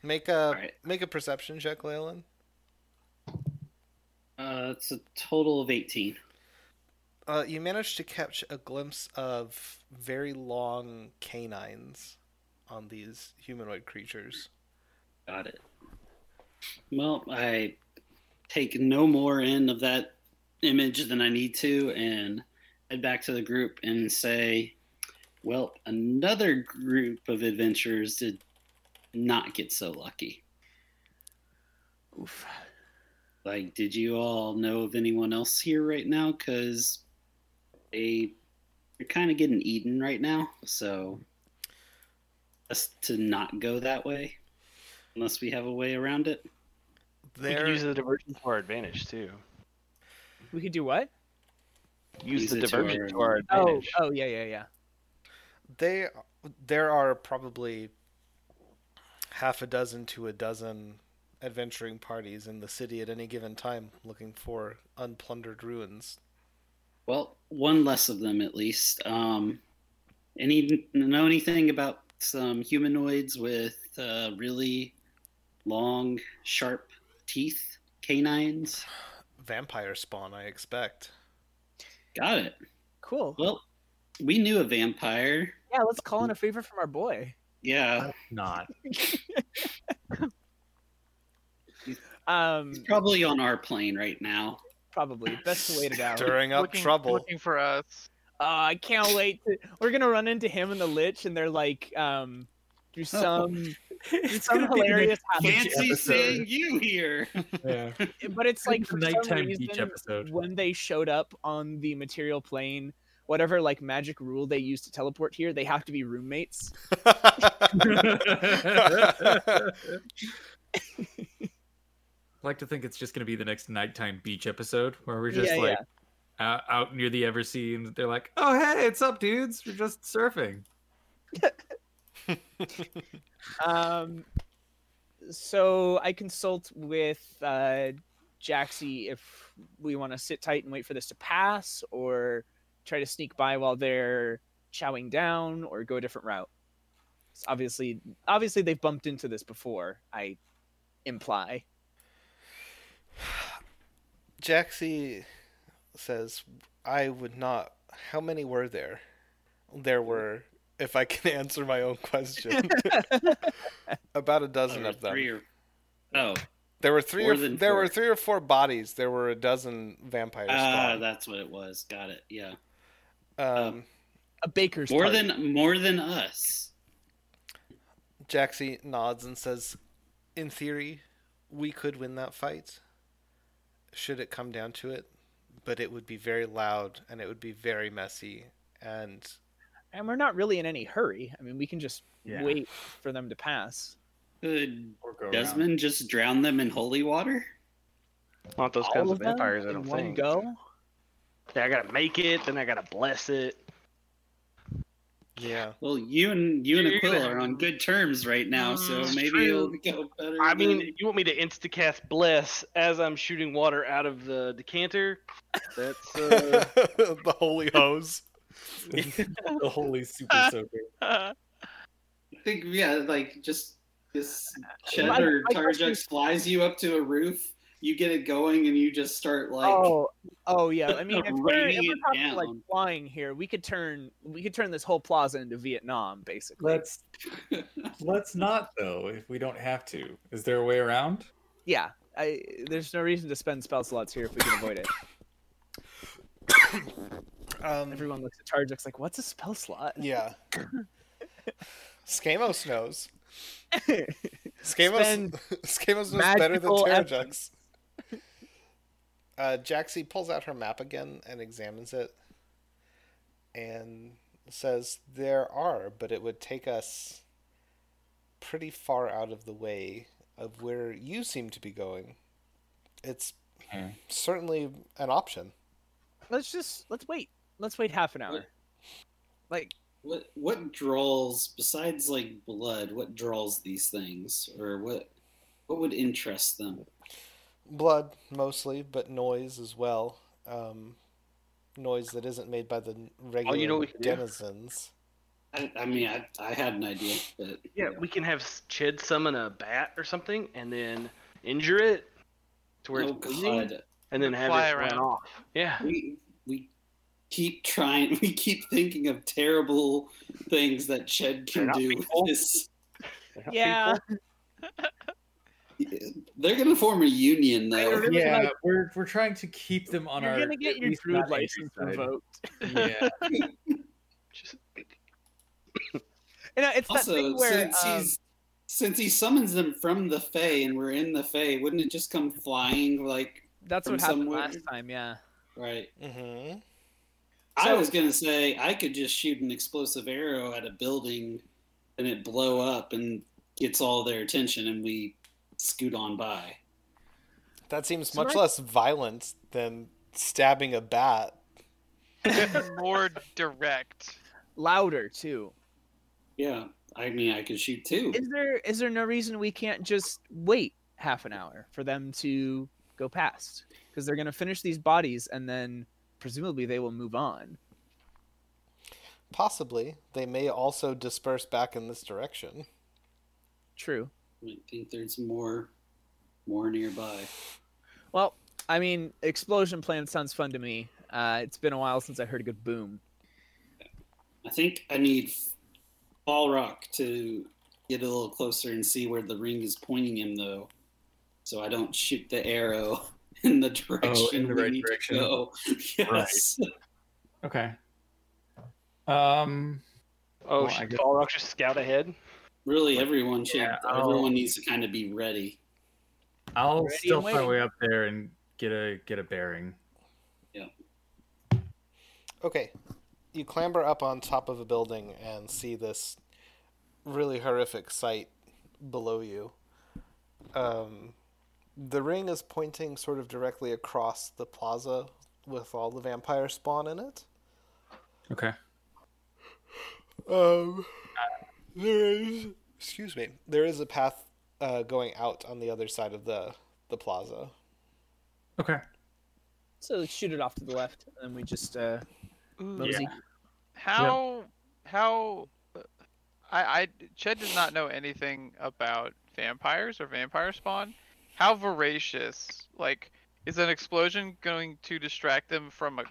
[SPEAKER 1] Make a
[SPEAKER 3] Alright.
[SPEAKER 1] make a perception check, Leyland.
[SPEAKER 3] uh, it's a total of 18.
[SPEAKER 1] Uh, you managed to catch a glimpse of very long canines on these humanoid creatures.
[SPEAKER 3] Got it. Well, I take no more in of that image than I need to and head back to the group and say, well, another group of adventurers did not get so lucky.
[SPEAKER 5] Oof.
[SPEAKER 3] Like, did you all know of anyone else here right now? Because they, they're kind of getting eaten right now. So, best to not go that way unless we have a way around it.
[SPEAKER 2] We could
[SPEAKER 1] There,
[SPEAKER 2] use the diversion to our advantage too.
[SPEAKER 5] We could do what?
[SPEAKER 2] Use,
[SPEAKER 3] Use
[SPEAKER 2] the
[SPEAKER 3] it to
[SPEAKER 2] diversion
[SPEAKER 3] our
[SPEAKER 2] to our
[SPEAKER 5] Oh,
[SPEAKER 2] advantage.
[SPEAKER 5] oh yeah, yeah, yeah.
[SPEAKER 1] they, there are probably half a dozen to a dozen adventuring parties in the city at any given time, looking for unplundered ruins.
[SPEAKER 3] Well, one less of them at least. Um, any know anything about some humanoids with uh, really long, sharp teeth, canines?
[SPEAKER 1] Vampire spawn, I expect.
[SPEAKER 3] Got it.
[SPEAKER 5] Cool.
[SPEAKER 3] Well, we knew a vampire.
[SPEAKER 5] yeah, let's call in a favor from our boy.
[SPEAKER 3] Yeah,
[SPEAKER 5] [LAUGHS]
[SPEAKER 6] Not.
[SPEAKER 5] Um,
[SPEAKER 3] he's probably on our plane right now.
[SPEAKER 5] probably best to wait it out.
[SPEAKER 1] Stirring up
[SPEAKER 4] looking,
[SPEAKER 1] trouble.
[SPEAKER 4] Looking [LAUGHS] for us.
[SPEAKER 5] Oh, I can't wait. To... We're gonna run into him and the Lich, and they're like, um,
[SPEAKER 3] [LAUGHS]
[SPEAKER 5] do some some
[SPEAKER 6] gonna be the
[SPEAKER 5] hilarious.
[SPEAKER 6] Beach
[SPEAKER 3] Fancy
[SPEAKER 6] episode.
[SPEAKER 3] seeing you here.
[SPEAKER 6] Yeah.
[SPEAKER 5] But it's
[SPEAKER 6] [LAUGHS]
[SPEAKER 5] like for
[SPEAKER 6] the
[SPEAKER 5] some
[SPEAKER 6] nighttime
[SPEAKER 5] reason,
[SPEAKER 6] beach episode.
[SPEAKER 5] when they showed up on the material plane, whatever like magic rule they use to teleport here, they have to be roommates.
[SPEAKER 6] like to think it's just going to be the next nighttime beach episode where we're
[SPEAKER 5] Yeah,
[SPEAKER 6] just
[SPEAKER 5] yeah.
[SPEAKER 6] like Out, out near the Eversea, and they're like, "Oh hey, it's up, dudes? We're just surfing."
[SPEAKER 5] Um, so I consult with uh, Jaxie if we want to sit tight and wait for this to pass, or try to sneak by while they're chowing down, or go a different route. It's obviously, obviously they've bumped into this before. I imply.
[SPEAKER 1] [LAUGHS] Jaxie says, I would not. How many were there? There were, if I can [LAUGHS] answer my own
[SPEAKER 4] [LAUGHS]
[SPEAKER 1] question, about a dozen
[SPEAKER 3] Or
[SPEAKER 1] of them.
[SPEAKER 3] three or- Oh,
[SPEAKER 1] there were three.
[SPEAKER 3] more
[SPEAKER 1] Or,
[SPEAKER 3] than
[SPEAKER 1] there were
[SPEAKER 3] four.
[SPEAKER 1] three or four bodies. There were a dozen vampires.
[SPEAKER 3] ah,
[SPEAKER 1] spawned.
[SPEAKER 3] that's what it was. Got it. Yeah,
[SPEAKER 1] um,
[SPEAKER 5] A baker's
[SPEAKER 3] more
[SPEAKER 5] party.
[SPEAKER 3] than more than us.
[SPEAKER 1] Jaxie nods and says, "In theory, we could win that fight, should it come down to it, but it would be very loud and it would be very messy, and
[SPEAKER 5] and we're not really in any hurry. I mean, we can just
[SPEAKER 6] Yeah.
[SPEAKER 5] wait for them to pass.
[SPEAKER 3] Could
[SPEAKER 2] oh.
[SPEAKER 6] Or go
[SPEAKER 3] Desmond just drown them in holy water?
[SPEAKER 2] Not those
[SPEAKER 5] All
[SPEAKER 2] kinds
[SPEAKER 5] of
[SPEAKER 2] of
[SPEAKER 5] them
[SPEAKER 2] vampires. I
[SPEAKER 5] in
[SPEAKER 2] don't
[SPEAKER 5] one
[SPEAKER 2] think.
[SPEAKER 5] go.
[SPEAKER 2] Yeah, I gotta make it, then I gotta bless it.
[SPEAKER 1] yeah,
[SPEAKER 3] Well, you and you and
[SPEAKER 2] You're
[SPEAKER 3] Aquila
[SPEAKER 2] gonna-
[SPEAKER 3] are on good terms right now, so
[SPEAKER 2] Mm,
[SPEAKER 3] maybe it'll
[SPEAKER 2] true.
[SPEAKER 3] go better.
[SPEAKER 2] I mean,
[SPEAKER 3] than-
[SPEAKER 2] you want me to instacast bless as I'm shooting water out of the decanter? That's uh,
[SPEAKER 1] [LAUGHS]
[SPEAKER 5] [LAUGHS]
[SPEAKER 1] the holy hose."
[SPEAKER 6] [LAUGHS] the holy super soaker.
[SPEAKER 4] Uh,
[SPEAKER 3] I think yeah, like just this
[SPEAKER 5] My-
[SPEAKER 3] Chet or
[SPEAKER 5] my question
[SPEAKER 3] Tarjux flies you up to a roof, you get it going, and you just start like
[SPEAKER 5] oh, oh yeah. I mean, if we're, if
[SPEAKER 3] Raining
[SPEAKER 5] we're
[SPEAKER 3] it
[SPEAKER 5] talking like
[SPEAKER 3] down.
[SPEAKER 5] flying here, we could turn we could turn this whole plaza into Vietnam, basically.
[SPEAKER 6] Let's let's not though. If we don't have to, is there a way around?
[SPEAKER 5] yeah, I, there's no reason to spend spell slots here if we can avoid it. [LAUGHS]
[SPEAKER 1] Um,
[SPEAKER 5] Everyone looks at Tarjux like, "What's a spell slot?"
[SPEAKER 1] yeah. Skamos knows. Skamos, [LAUGHS]
[SPEAKER 5] Spend
[SPEAKER 1] Skamos knows better than
[SPEAKER 5] magical
[SPEAKER 1] Terrajux. Uh, Jaxie pulls out her map again and examines it and says, There are, but it would take us pretty far out of the way of where you seem to be going. It's
[SPEAKER 2] Hmm.
[SPEAKER 6] Okay.
[SPEAKER 1] certainly an option.
[SPEAKER 5] [LAUGHS] let's just let's wait. Let's wait half an hour.
[SPEAKER 3] What?
[SPEAKER 5] Like,
[SPEAKER 3] what what draws besides like blood? What draws these things, or what what would interest them?
[SPEAKER 1] blood mostly, but noise as well. Um, noise that isn't made by the n- regular
[SPEAKER 2] know we can do?
[SPEAKER 1] denizens.
[SPEAKER 3] I, I mean, I, I had an idea, but
[SPEAKER 2] yeah, we can have Chid summon a bat or something, and then injure it to where
[SPEAKER 3] oh
[SPEAKER 2] it's bleeding,
[SPEAKER 3] god,
[SPEAKER 2] and then have
[SPEAKER 4] Fly
[SPEAKER 2] it run
[SPEAKER 4] around.
[SPEAKER 2] off. Yeah,
[SPEAKER 3] we we keep trying. [LAUGHS] We keep thinking of terrible things that Ched
[SPEAKER 2] They're
[SPEAKER 3] can
[SPEAKER 2] not
[SPEAKER 3] do. with
[SPEAKER 2] people.
[SPEAKER 3] this.
[SPEAKER 5] Yeah.
[SPEAKER 3] They're gonna form a union though.
[SPEAKER 5] really
[SPEAKER 6] yeah,
[SPEAKER 5] like-
[SPEAKER 6] we're we're trying to keep them on
[SPEAKER 5] You're
[SPEAKER 6] our.
[SPEAKER 5] gonna get
[SPEAKER 6] at
[SPEAKER 5] your
[SPEAKER 6] least
[SPEAKER 5] druid
[SPEAKER 6] not angry
[SPEAKER 5] license
[SPEAKER 6] side.
[SPEAKER 5] revoked. [LAUGHS]
[SPEAKER 6] Yeah,
[SPEAKER 2] Just-
[SPEAKER 5] You know, it's that
[SPEAKER 3] [LAUGHS] Also,
[SPEAKER 5] thing where
[SPEAKER 3] since
[SPEAKER 5] um,
[SPEAKER 3] he's since he summons them from the Fey and we're in the Fey, wouldn't it just come flying like
[SPEAKER 5] that's
[SPEAKER 3] from
[SPEAKER 5] what happened
[SPEAKER 3] somewhere.
[SPEAKER 5] last time. Yeah.
[SPEAKER 3] right?
[SPEAKER 1] Mm-hmm.
[SPEAKER 3] I
[SPEAKER 5] So-
[SPEAKER 3] was gonna say I could just shoot an explosive arrow at a building and it blow up and gets all their attention and we scoot on by.
[SPEAKER 1] That seems
[SPEAKER 5] So
[SPEAKER 1] much
[SPEAKER 5] I-
[SPEAKER 1] less violent than stabbing a bat.
[SPEAKER 4] more direct.
[SPEAKER 5] Louder too.
[SPEAKER 3] Yeah. I mean I could shoot too.
[SPEAKER 5] Is there is there no reason we can't just wait half an hour for them to go past? Because they're gonna finish these bodies and then presumably they will move on.
[SPEAKER 1] Possibly. They may also disperse back in this direction.
[SPEAKER 5] True.
[SPEAKER 3] I think there's more more nearby.
[SPEAKER 5] Well, I mean, explosion plan sounds fun to me. Uh, it's been a while since I heard a good boom.
[SPEAKER 3] I think I need Fall Rock to get a little closer and see where the ring is pointing him, though, so I don't shoot the arrow [LAUGHS] in the direction
[SPEAKER 6] Oh, the
[SPEAKER 3] we
[SPEAKER 6] right
[SPEAKER 3] need
[SPEAKER 6] direction.
[SPEAKER 3] to go. [LAUGHS] Yes.
[SPEAKER 6] Okay. Um.
[SPEAKER 2] Oh,
[SPEAKER 6] Well, I
[SPEAKER 2] should
[SPEAKER 6] guess-
[SPEAKER 2] Fall Rock just scout ahead?
[SPEAKER 3] Really, everyone should.
[SPEAKER 6] Yeah, oh. I'll-
[SPEAKER 3] everyone needs to kind of be ready.
[SPEAKER 6] I'll
[SPEAKER 5] Ready
[SPEAKER 6] still
[SPEAKER 5] and
[SPEAKER 6] find a
[SPEAKER 5] waiting.
[SPEAKER 6] way up there and get a get a bearing.
[SPEAKER 1] Okay. You clamber up on top of a building and see this really horrific sight below you. Um, the ring is pointing sort of directly across the plaza with all the vampire spawn in it.
[SPEAKER 6] Okay.
[SPEAKER 1] Um, there is. Excuse me. There is a path uh, going out on the other side of the the plaza.
[SPEAKER 6] Okay.
[SPEAKER 5] So let's shoot it off to the left, and then we just uh,
[SPEAKER 4] Ooh.
[SPEAKER 5] mosey.
[SPEAKER 4] How how uh, I I Ched does not know anything about vampires or vampire spawn. How voracious like is an explosion going to distract them from a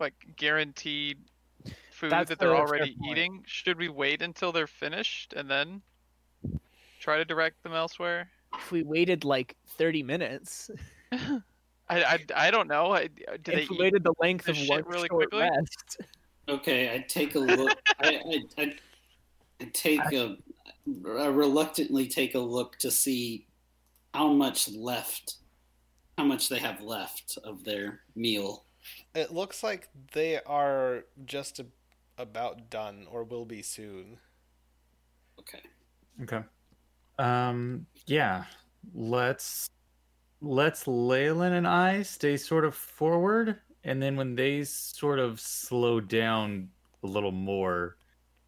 [SPEAKER 4] like guaranteed food
[SPEAKER 5] That's
[SPEAKER 4] that they're
[SPEAKER 5] a fair
[SPEAKER 4] already
[SPEAKER 5] point.
[SPEAKER 4] eating? Should we wait until they're finished and then try to direct them elsewhere?
[SPEAKER 5] If we waited like 30 minutes,
[SPEAKER 4] I, I, I don't know. I, do they
[SPEAKER 5] if we
[SPEAKER 4] eat?
[SPEAKER 5] waited the length of
[SPEAKER 4] shit
[SPEAKER 5] one
[SPEAKER 4] really
[SPEAKER 5] short
[SPEAKER 4] quickly?
[SPEAKER 5] rest, [LAUGHS]
[SPEAKER 3] Okay, I take a look. I, I, I, I take a I reluctantly take a look to see how much left, how much they have left of their meal.
[SPEAKER 1] It looks like they are just a, about done, or will be soon.
[SPEAKER 3] Okay.
[SPEAKER 6] Okay. Um. Yeah. Let's let's Leyland and I stay sort of forward, and then when they sort of slow down a little more,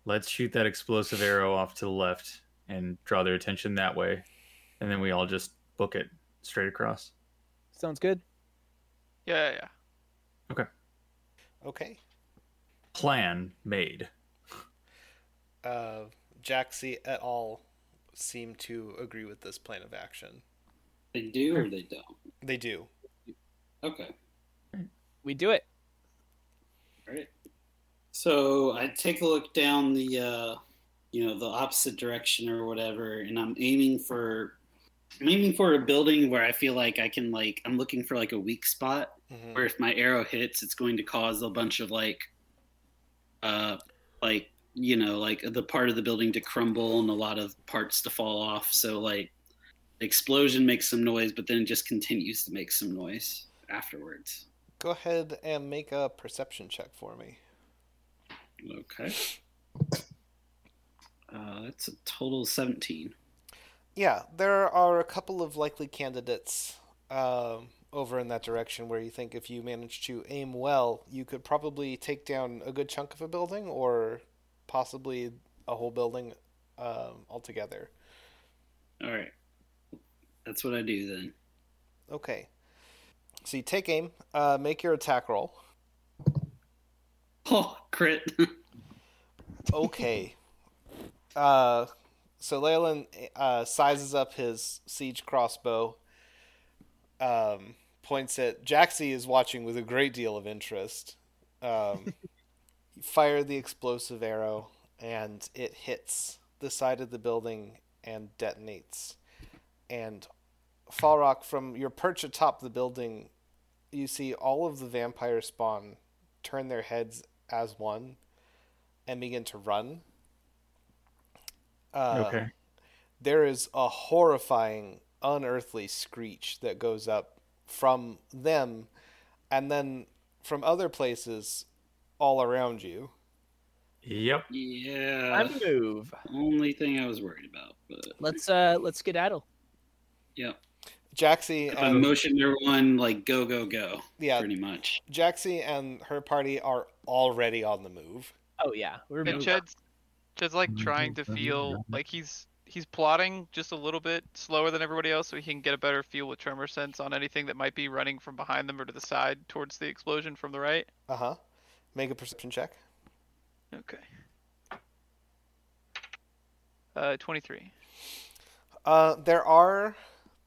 [SPEAKER 6] let's shoot that explosive arrow off to the left and draw their attention that way, and then we all just book it straight across.
[SPEAKER 5] sounds good.
[SPEAKER 4] Yeah, yeah.
[SPEAKER 1] Okay.
[SPEAKER 6] Plan made.
[SPEAKER 1] Uh, Jaxi et al. seem to agree with this plan of action.
[SPEAKER 3] They do or they don't?
[SPEAKER 1] They do.
[SPEAKER 3] Okay.
[SPEAKER 5] We do it.
[SPEAKER 3] All right. So I take a look down the, uh, you know, the opposite direction or whatever, and I'm aiming for, I'm aiming for a building where I feel like I can like, I'm looking for like a weak spot
[SPEAKER 1] Mhm.
[SPEAKER 3] where if my arrow hits, it's going to cause a bunch of like, uh, like you know, like the part of the building to crumble and a lot of parts to fall off. So like, the explosion makes some noise, but then it just continues to make some noise afterwards.
[SPEAKER 1] Go ahead and make a perception check for me.
[SPEAKER 3] Okay. Uh, that's a total 17.
[SPEAKER 1] Yeah, there are a couple of likely candidates um, over in that direction where you think if you manage to aim well, you could probably take down a good chunk of a building or possibly a whole building um, altogether.
[SPEAKER 3] All right. That's what I do then. [LAUGHS]
[SPEAKER 1] Okay. So you take aim, uh, make your attack roll.
[SPEAKER 3] Oh, crit. [LAUGHS]
[SPEAKER 1] Okay. uh, so Leyland uh, sizes up his siege crossbow, um, points at Jaxie is watching with a great deal of interest, Um, you fire the explosive arrow, and it hits the side of the building and detonates. And Falrock, from your perch atop the building, you see all of the vampire spawn turn their heads as one and begin to run. Uh,
[SPEAKER 6] okay.
[SPEAKER 1] there is a horrifying, unearthly screech that goes up from them and then from other places all around you.
[SPEAKER 6] Yep.
[SPEAKER 3] Yeah.
[SPEAKER 5] I move.
[SPEAKER 3] Only thing I was worried about, but
[SPEAKER 5] Let's uh let's skedaddle.
[SPEAKER 3] yeah.
[SPEAKER 1] Jaxie
[SPEAKER 3] If I
[SPEAKER 1] and
[SPEAKER 3] motion their one, like go, go, go,
[SPEAKER 1] yeah,
[SPEAKER 3] pretty much.
[SPEAKER 1] Jaxie and her party are already on the move.
[SPEAKER 5] Oh yeah, we're
[SPEAKER 4] And
[SPEAKER 5] moving.
[SPEAKER 4] Ched's Ched's like trying to feel like he's he's plotting just a little bit slower than everybody else so he can get a better feel with tremor sense on anything that might be running from behind them or to the side towards the explosion from the right.
[SPEAKER 1] Uh huh. Make a perception check.
[SPEAKER 4] Okay. Uh, 23.
[SPEAKER 1] Uh, there are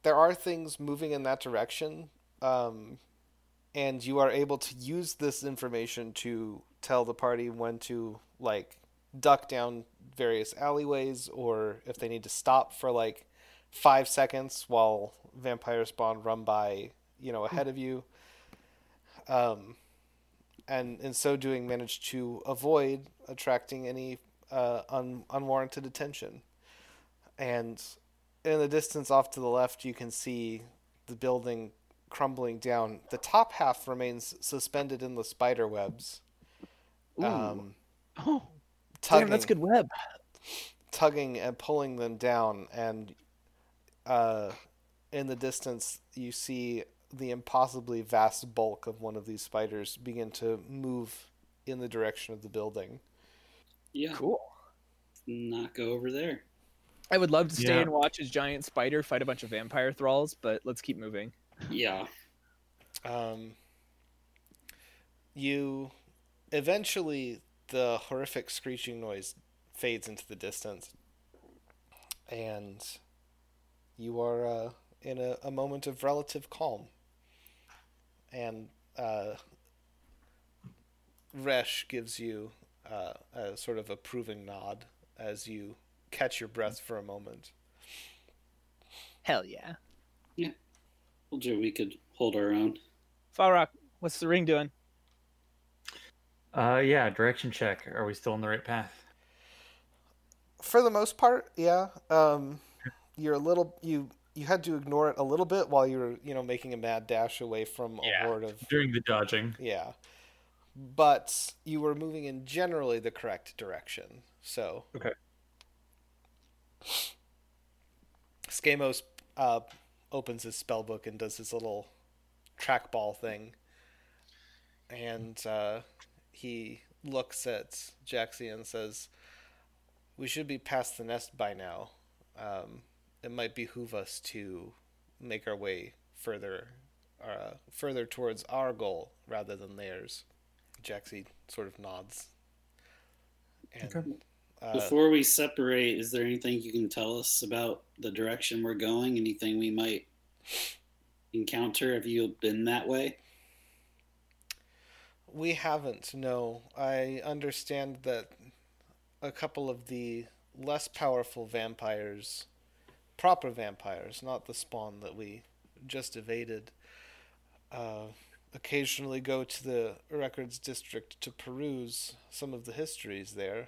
[SPEAKER 1] there are things moving in that direction, um, and you are able to use this information to tell the party when to like duck down various alleyways or if they need to stop for like five seconds while vampire spawn run by you know ahead of you um, and in so doing manage to avoid attracting any uh, un- unwarranted attention and in the distance off to the left, you can see the building crumbling down. The top half remains suspended in the spider webs,
[SPEAKER 5] Ooh.
[SPEAKER 1] um,
[SPEAKER 5] oh,
[SPEAKER 1] tugging,
[SPEAKER 5] damn, that's good web.
[SPEAKER 1] tugging and pulling them down. And uh, in the distance, you see the impossibly vast bulk of one of these spiders begin to move in the direction of the building.
[SPEAKER 3] Yeah.
[SPEAKER 5] Cool.
[SPEAKER 3] Not go over there.
[SPEAKER 5] I would love to stay
[SPEAKER 6] Yeah.
[SPEAKER 5] and watch as giant spider fight a bunch of vampire thralls, but let's keep moving.
[SPEAKER 3] Yeah.
[SPEAKER 1] Um, you eventually the horrific screeching noise fades into the distance, and you are uh, in a, a moment of relative calm. And uh, Resh gives you uh, a sort of approving nod as you catch your breath for a moment.
[SPEAKER 5] Hell yeah.
[SPEAKER 3] Told you we could hold our own.
[SPEAKER 5] Falrock, what's the ring doing?
[SPEAKER 6] Uh, yeah. Direction check. Are we still on the right path?
[SPEAKER 1] for the most part, yeah. Um, you're a little you you had to ignore it a little bit while you were you know making a mad dash away from
[SPEAKER 6] Yeah.
[SPEAKER 1] a ward of
[SPEAKER 6] During the dodging.
[SPEAKER 1] yeah, but you were moving in generally the correct direction. So
[SPEAKER 6] Okay.
[SPEAKER 1] Skamos uh, opens his spell book and does his little trackball thing, and uh, he looks at Jaxie and says, "We should be past the nest by now. Um, it might behoove us to make our way further, uh, further towards our goal rather than theirs." Jaxie sort of nods. And,
[SPEAKER 6] Okay.
[SPEAKER 1] uh,
[SPEAKER 3] Before we separate, is there anything you can tell us about the direction we're going? Anything we might encounter? Have you been that way?
[SPEAKER 1] We haven't, no. I understand that a couple of the less powerful vampires, proper vampires, not the spawn that we just evaded, uh, occasionally go to the records district to peruse some of the histories there.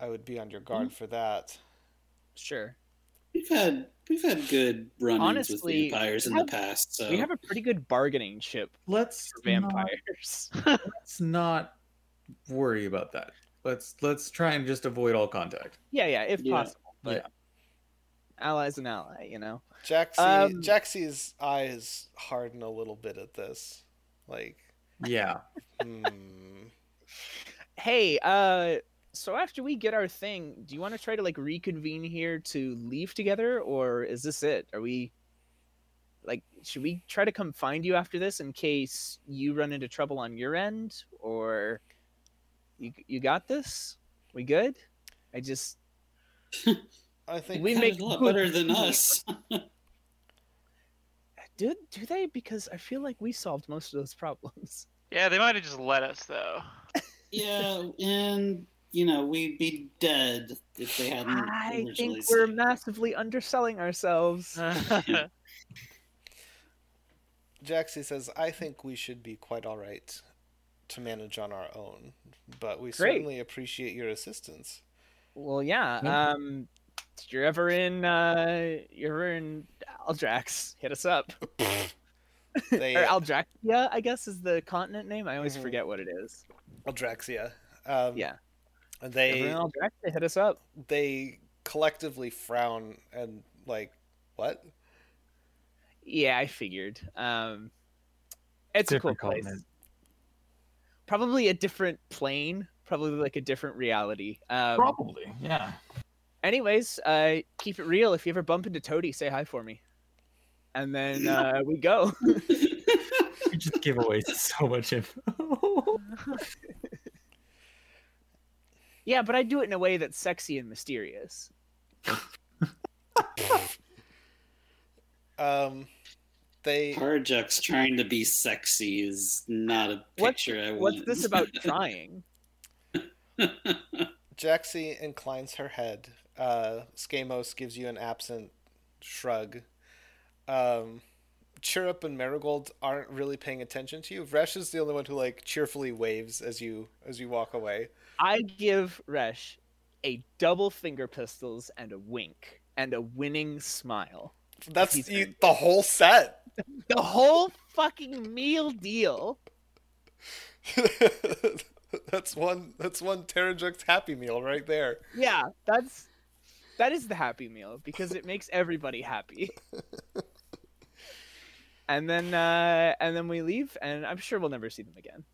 [SPEAKER 1] I would be on your
[SPEAKER 5] Mm-hmm.
[SPEAKER 1] guard for that.
[SPEAKER 5] Sure.
[SPEAKER 3] We've had we've had good run-ins
[SPEAKER 5] Honestly,
[SPEAKER 3] with vampires in
[SPEAKER 5] we
[SPEAKER 3] the
[SPEAKER 5] have-
[SPEAKER 3] past. So
[SPEAKER 5] We have a pretty good bargaining chip
[SPEAKER 6] Let's
[SPEAKER 5] for vampires.
[SPEAKER 6] let's not worry about that. Let's let's try and just avoid all contact.
[SPEAKER 5] [LAUGHS] yeah, yeah, if
[SPEAKER 3] Yeah.
[SPEAKER 5] possible. But ally's an ally, you know?
[SPEAKER 1] Jaxie,
[SPEAKER 5] Um,
[SPEAKER 1] Jaxie's eyes harden a little bit at this. Like,
[SPEAKER 6] Yeah.
[SPEAKER 1] hmm.
[SPEAKER 5] Hey, uh so after we get our thing, do you want to try to like reconvene here to leave together or is this it? Are we like should we try to come find you after this in case you run into trouble on your end or you you got this? We good? I just
[SPEAKER 1] I think
[SPEAKER 5] we
[SPEAKER 3] we
[SPEAKER 5] make
[SPEAKER 3] make a lot
[SPEAKER 5] good
[SPEAKER 3] better than
[SPEAKER 5] food.
[SPEAKER 3] us. [LAUGHS]
[SPEAKER 5] do do they because I feel like we solved most of those problems.
[SPEAKER 4] Yeah, they might have just let us though.
[SPEAKER 3] Yeah, and you know we'd be dead if they hadn't.
[SPEAKER 5] I
[SPEAKER 3] originally
[SPEAKER 5] think
[SPEAKER 3] said
[SPEAKER 5] we're
[SPEAKER 3] it.
[SPEAKER 5] massively underselling ourselves.
[SPEAKER 1] Jaxie says, I think we should be quite all right to manage on our own, but we
[SPEAKER 5] Great.
[SPEAKER 1] certainly appreciate your
[SPEAKER 5] [LAUGHS]
[SPEAKER 1] assistance.
[SPEAKER 5] Well, yeah.
[SPEAKER 6] Yeah.
[SPEAKER 5] Um, if you're ever in, uh, you're ever in Aldrax, hit us up.
[SPEAKER 1] They,
[SPEAKER 5] Or Aldraxia, I guess, is the continent name. I always
[SPEAKER 1] Mhm.
[SPEAKER 5] forget what it is.
[SPEAKER 1] Aldraxia. Um,
[SPEAKER 5] Yeah. If you're
[SPEAKER 1] They
[SPEAKER 5] in Aldraxia, hit us up.
[SPEAKER 1] they collectively frown and like, what?
[SPEAKER 5] Yeah, I figured. Um, it's a cool
[SPEAKER 6] Different
[SPEAKER 5] place.
[SPEAKER 6] continent.
[SPEAKER 5] Probably a different plane. Probably like a different reality. Um,
[SPEAKER 6] Probably, yeah.
[SPEAKER 5] anyways, uh, keep it real. If you ever bump into Toady, say hi for me, and then uh, we go.
[SPEAKER 3] [LAUGHS]
[SPEAKER 6] We just give away so much info.
[SPEAKER 5] Yeah, but I do it in a way that's sexy and mysterious.
[SPEAKER 1] Um, they
[SPEAKER 3] Parjuk's trying to be sexy is not a
[SPEAKER 5] What's-
[SPEAKER 3] picture I want.
[SPEAKER 5] What's this about trying?
[SPEAKER 1] Jaxie inclines her head. Uh, Skamos gives you an absent shrug. Um, Chirrup and Marigold aren't really paying attention to you. Vresh is the only one who like cheerfully waves as you as you walk away.
[SPEAKER 5] I give Resh a double finger pistols and a wink and a winning smile.
[SPEAKER 1] That's
[SPEAKER 5] He's
[SPEAKER 1] you,
[SPEAKER 5] angry.
[SPEAKER 1] the whole set. [LAUGHS]
[SPEAKER 5] The whole fucking meal deal.
[SPEAKER 1] that's one. That's one Terranjux Happy Meal right there.
[SPEAKER 5] Yeah, that's that is the happy meal because it makes everybody happy. and then uh and then we leave and I'm sure we'll never see them again.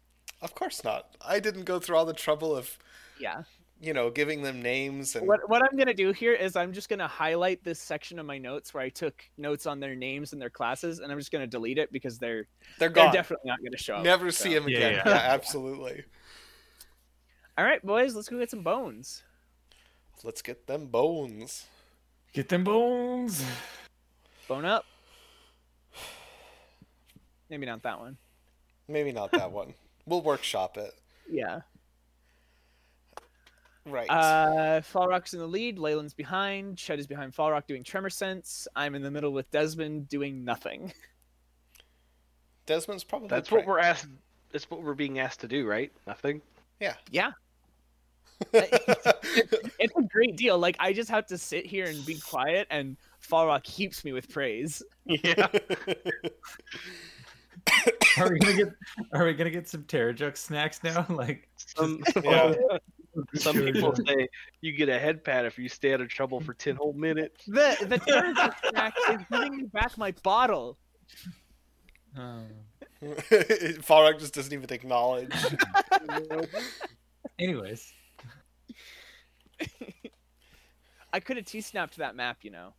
[SPEAKER 1] Of course not. I didn't go through all the trouble of
[SPEAKER 5] Yeah.
[SPEAKER 1] you know giving them names and
[SPEAKER 5] What what I'm gonna do here is I'm just gonna highlight this section of my notes where I took notes on their names and their classes, and I'm just gonna delete it because they're
[SPEAKER 1] they're
[SPEAKER 5] they're
[SPEAKER 1] gone.
[SPEAKER 5] definitely not gonna show up.
[SPEAKER 1] Never see
[SPEAKER 5] so.
[SPEAKER 1] him
[SPEAKER 6] Yeah,
[SPEAKER 1] again.
[SPEAKER 6] yeah.
[SPEAKER 1] yeah absolutely.
[SPEAKER 5] All right, boys, let's go get some bones.
[SPEAKER 1] Let's get them bones.
[SPEAKER 6] Get them bones. [LAUGHS]
[SPEAKER 5] Bone up. Maybe not that one.
[SPEAKER 1] Maybe not that one. We'll workshop it.
[SPEAKER 5] Yeah.
[SPEAKER 1] Right.
[SPEAKER 5] Uh, Falrock's in the lead. Leyland's behind. Chet is behind Falrock doing tremor sense. I'm in the middle with Desmond doing nothing.
[SPEAKER 1] Desmond's probably.
[SPEAKER 2] That's what
[SPEAKER 1] right.
[SPEAKER 2] we're asked. That's what we're being asked to do, right? Nothing.
[SPEAKER 1] [LAUGHS]
[SPEAKER 5] It's a great deal. Like I just have to sit here and be quiet, and Falrock heaps me with praise.
[SPEAKER 2] Yeah.
[SPEAKER 6] Are we gonna get? Are we gonna get some Terrajux snacks now? [LAUGHS] Like
[SPEAKER 2] [LAUGHS]
[SPEAKER 6] oh,
[SPEAKER 2] Some
[SPEAKER 1] Yeah.
[SPEAKER 2] some
[SPEAKER 6] [LAUGHS]
[SPEAKER 2] people say you get a head pat if you stay out of trouble for ten whole minutes.
[SPEAKER 5] The the terrorist snack is giving me back my bottle.
[SPEAKER 6] Um,
[SPEAKER 1] Farag just doesn't even acknowledge.
[SPEAKER 6] anyways,
[SPEAKER 5] I could have T-snapped that map, you know.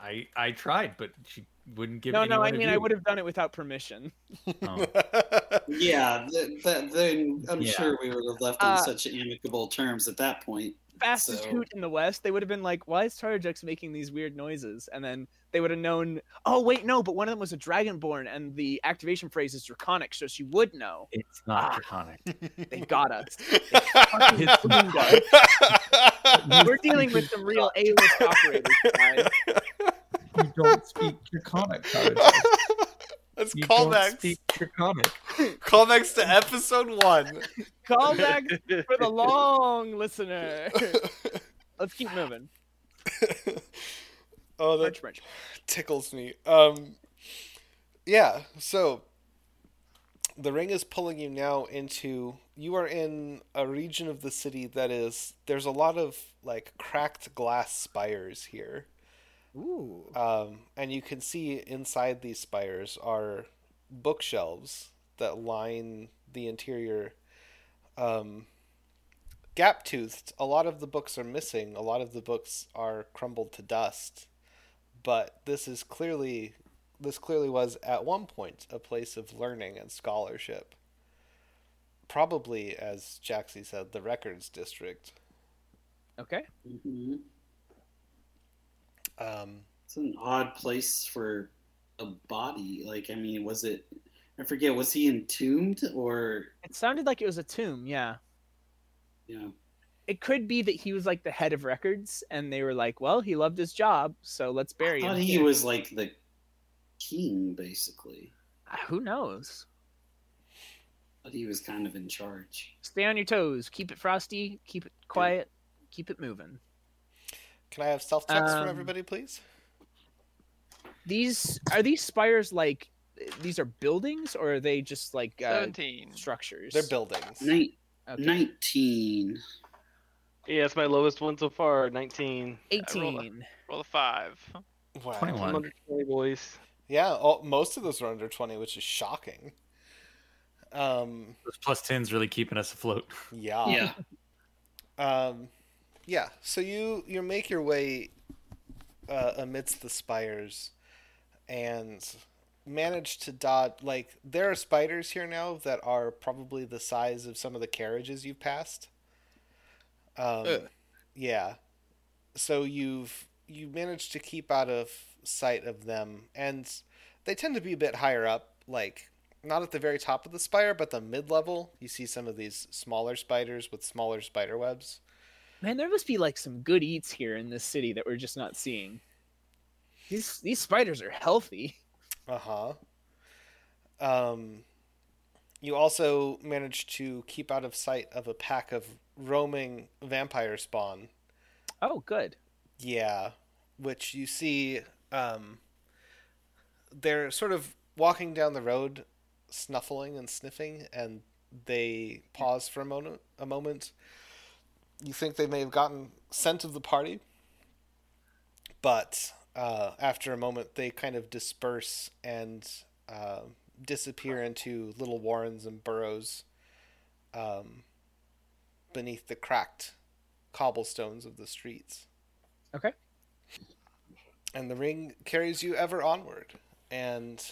[SPEAKER 6] I I tried, but she wouldn't give.
[SPEAKER 5] No,
[SPEAKER 6] any
[SPEAKER 5] no.
[SPEAKER 6] one
[SPEAKER 5] I
[SPEAKER 6] of
[SPEAKER 5] mean, I
[SPEAKER 6] you.
[SPEAKER 5] would have done it without permission.
[SPEAKER 1] [LAUGHS]
[SPEAKER 6] Oh.
[SPEAKER 3] [LAUGHS] Yeah, th- that, then I'm
[SPEAKER 6] Yeah.
[SPEAKER 3] sure we would have left on
[SPEAKER 5] Uh,
[SPEAKER 3] such amicable terms at that point.
[SPEAKER 5] Fastest
[SPEAKER 3] So-
[SPEAKER 5] hoot in the West. They would have been like, "Why is Tarajux making these weird noises?" And then they would have known. Oh wait, no. But one of them was a Dragonborn, and the activation phrase is Draconic, so she would know.
[SPEAKER 6] It's not draconic.
[SPEAKER 5] They got us.
[SPEAKER 6] It's Mundo.
[SPEAKER 5] We're dealing with some real A-list operators. Guys.
[SPEAKER 6] [LAUGHS] You don't speak
[SPEAKER 1] [LAUGHS]
[SPEAKER 6] draconic. Terrajux.
[SPEAKER 1] That's
[SPEAKER 6] You
[SPEAKER 1] callbacks.
[SPEAKER 6] don't speak draconic.
[SPEAKER 1] Callbacks to episode one.
[SPEAKER 5] Callbacks for the long listener. Let's keep moving.
[SPEAKER 1] oh, that
[SPEAKER 5] Merch, merch.
[SPEAKER 1] tickles me. Um, yeah. So the ring is pulling you now into. You are in a region of the city that is. There's a lot of like cracked glass spires here,
[SPEAKER 5] Ooh.
[SPEAKER 1] um, and you can see inside these spires are bookshelves that line the interior. Um, Gap toothed, a lot of the books are missing. A lot of the books are crumbled to dust but this is clearly this clearly was at one point a place of learning and scholarship probably as jaxie said the records district
[SPEAKER 5] Okay.
[SPEAKER 3] hmm
[SPEAKER 1] um,
[SPEAKER 3] It's an odd place for a body. Like, I mean, was it? I forget. Was he entombed or
[SPEAKER 5] It sounded like it was a tomb, yeah.
[SPEAKER 3] you know?
[SPEAKER 5] It could be that he was like the head of records and they were like, well, he loved his job, so let's
[SPEAKER 3] I
[SPEAKER 5] bury him.
[SPEAKER 3] thought he was like the king, basically.
[SPEAKER 5] Uh, Who knows?
[SPEAKER 3] But he was kind of in charge.
[SPEAKER 5] Stay on your toes. Keep it frosty. Keep it quiet. Keep it moving.
[SPEAKER 1] Can I have stealth checks
[SPEAKER 5] Um,
[SPEAKER 1] from everybody, please?
[SPEAKER 5] These are these spires like these are buildings or are they just like uh,
[SPEAKER 4] Seventeen.
[SPEAKER 5] structures?
[SPEAKER 1] They're buildings.
[SPEAKER 3] Nin-
[SPEAKER 5] Okay.
[SPEAKER 3] Nineteen.
[SPEAKER 2] Yeah, it's my lowest one so far. Nineteen.
[SPEAKER 4] rolled a-
[SPEAKER 5] Eighteen.
[SPEAKER 4] Roll a five.
[SPEAKER 1] Wow.
[SPEAKER 6] 21.
[SPEAKER 2] I'm
[SPEAKER 6] One.
[SPEAKER 2] under twenty, boys.
[SPEAKER 1] Yeah, all, most of those are under 20, which is shocking. Um,
[SPEAKER 6] Those plus tens really keeping us afloat.
[SPEAKER 1] yeah.
[SPEAKER 3] Yeah.
[SPEAKER 1] Um, yeah. So you you make your way uh, amidst the spires, and manage to dodge. Like there are spiders here now that are probably the size of some of the carriages you've passed. Um,
[SPEAKER 5] Ugh.
[SPEAKER 1] yeah. So you've you managed to keep out of sight of them, and they tend to be a bit higher up, like not at the very top of the spire, but the mid level. You see some of these smaller spiders with smaller spider webs.
[SPEAKER 5] Man, there must be like some good eats here in this city that we're just not seeing. These these spiders are healthy.
[SPEAKER 1] Uh huh. Um, you also managed to keep out of sight of a pack of roaming vampire spawn.
[SPEAKER 5] Oh, good.
[SPEAKER 1] Yeah, which you see, um, they're sort of walking down the road, snuffling and sniffing, and they pause for a moment. A moment. You think they may have gotten scent of the party, but uh, after a moment, they kind of disperse and uh, disappear into little warrens and burrows um, beneath the cracked cobblestones of the streets and the ring carries you ever onward and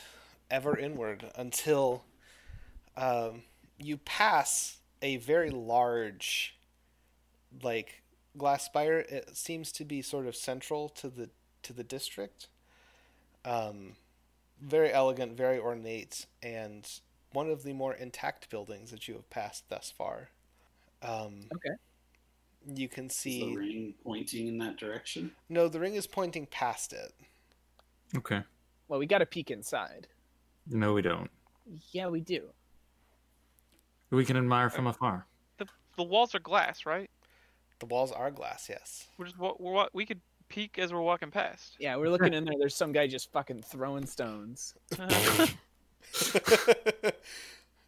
[SPEAKER 1] ever inward until um, you pass a very large like glass spire it seems to be sort of central to the to the district um, very elegant very ornate and one of the more intact buildings that you have passed thus far um,
[SPEAKER 5] Okay.
[SPEAKER 1] you can
[SPEAKER 3] Is the
[SPEAKER 1] see
[SPEAKER 3] ring pointing in that direction?
[SPEAKER 1] no the ring is pointing past it
[SPEAKER 6] Okay.
[SPEAKER 5] Well, we got to peek inside.
[SPEAKER 6] No, we don't.
[SPEAKER 5] Yeah, we do.
[SPEAKER 6] We can admire from afar.
[SPEAKER 4] The walls are glass, right?
[SPEAKER 1] the walls are glass yes [LAUGHS]
[SPEAKER 4] We're just wa- we're, wa- we could peek as we're walking past. [LAUGHS]
[SPEAKER 5] Yeah, we're looking in there. There's some guy just fucking throwing stones.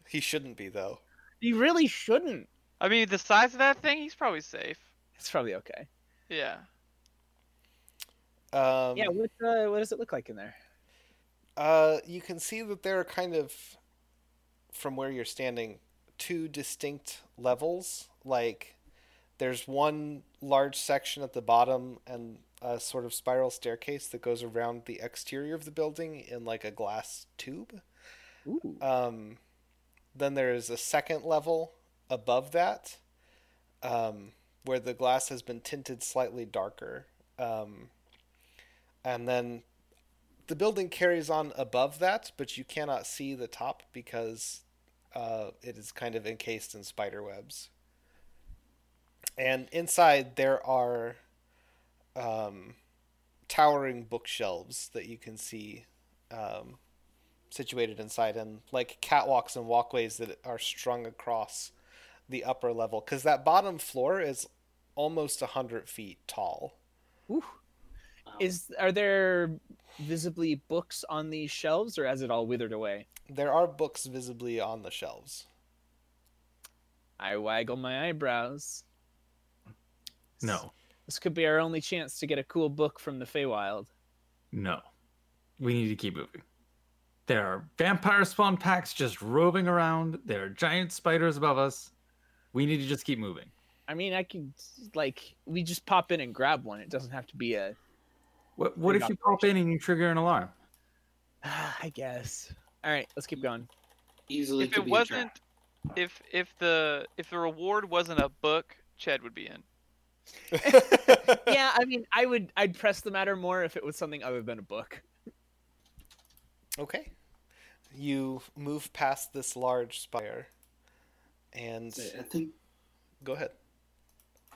[SPEAKER 1] he shouldn't be though.
[SPEAKER 5] He really shouldn't.
[SPEAKER 4] I mean, the size of that thing, he's probably safe.
[SPEAKER 5] It's probably okay.
[SPEAKER 4] Yeah.
[SPEAKER 1] Um,
[SPEAKER 5] yeah, what uh, what does it look like in there?
[SPEAKER 1] Uh, you can see that there are kind of, from where you're standing, two distinct levels. Like, there's one large section at the bottom and a sort of spiral staircase that goes around the exterior of the building in like a glass tube.
[SPEAKER 5] Ooh.
[SPEAKER 1] Um, then there is a second level above that, um, where the glass has been tinted slightly darker. Um, and then the building carries on above that, but you cannot see the top because uh, it is kind of encased in spider webs. And inside there are um, towering bookshelves that you can see um, situated inside and like catwalks and walkways that are strung across the upper level because that bottom floor is almost 100 feet tall
[SPEAKER 5] Ooh.
[SPEAKER 3] Wow.
[SPEAKER 5] Is are there visibly books on these shelves, or has it all withered away?
[SPEAKER 1] there are books visibly on the shelves
[SPEAKER 5] I waggle my eyebrows.
[SPEAKER 6] No,
[SPEAKER 5] This could be our only chance to get a cool book from the Feywild.
[SPEAKER 6] no. We need to keep moving. There are vampire spawn packs just roving around. There are giant spiders above us. We need to just keep moving.
[SPEAKER 5] I mean, I could like we just pop in and grab one. It doesn't have to be a. [SIGHS]
[SPEAKER 6] What, what if you pop in and you trigger an alarm?
[SPEAKER 5] I guess. All right, let's keep going.
[SPEAKER 3] Easily
[SPEAKER 4] if
[SPEAKER 3] could
[SPEAKER 4] it
[SPEAKER 3] be a
[SPEAKER 4] wasn't,
[SPEAKER 3] trap.
[SPEAKER 4] if if the if the reward wasn't a book, Chad would be in.
[SPEAKER 5] yeah, I mean, I would. I'd press the matter more if it was something other than a book.
[SPEAKER 1] okay you move past this large spire, and
[SPEAKER 3] I think
[SPEAKER 1] go ahead.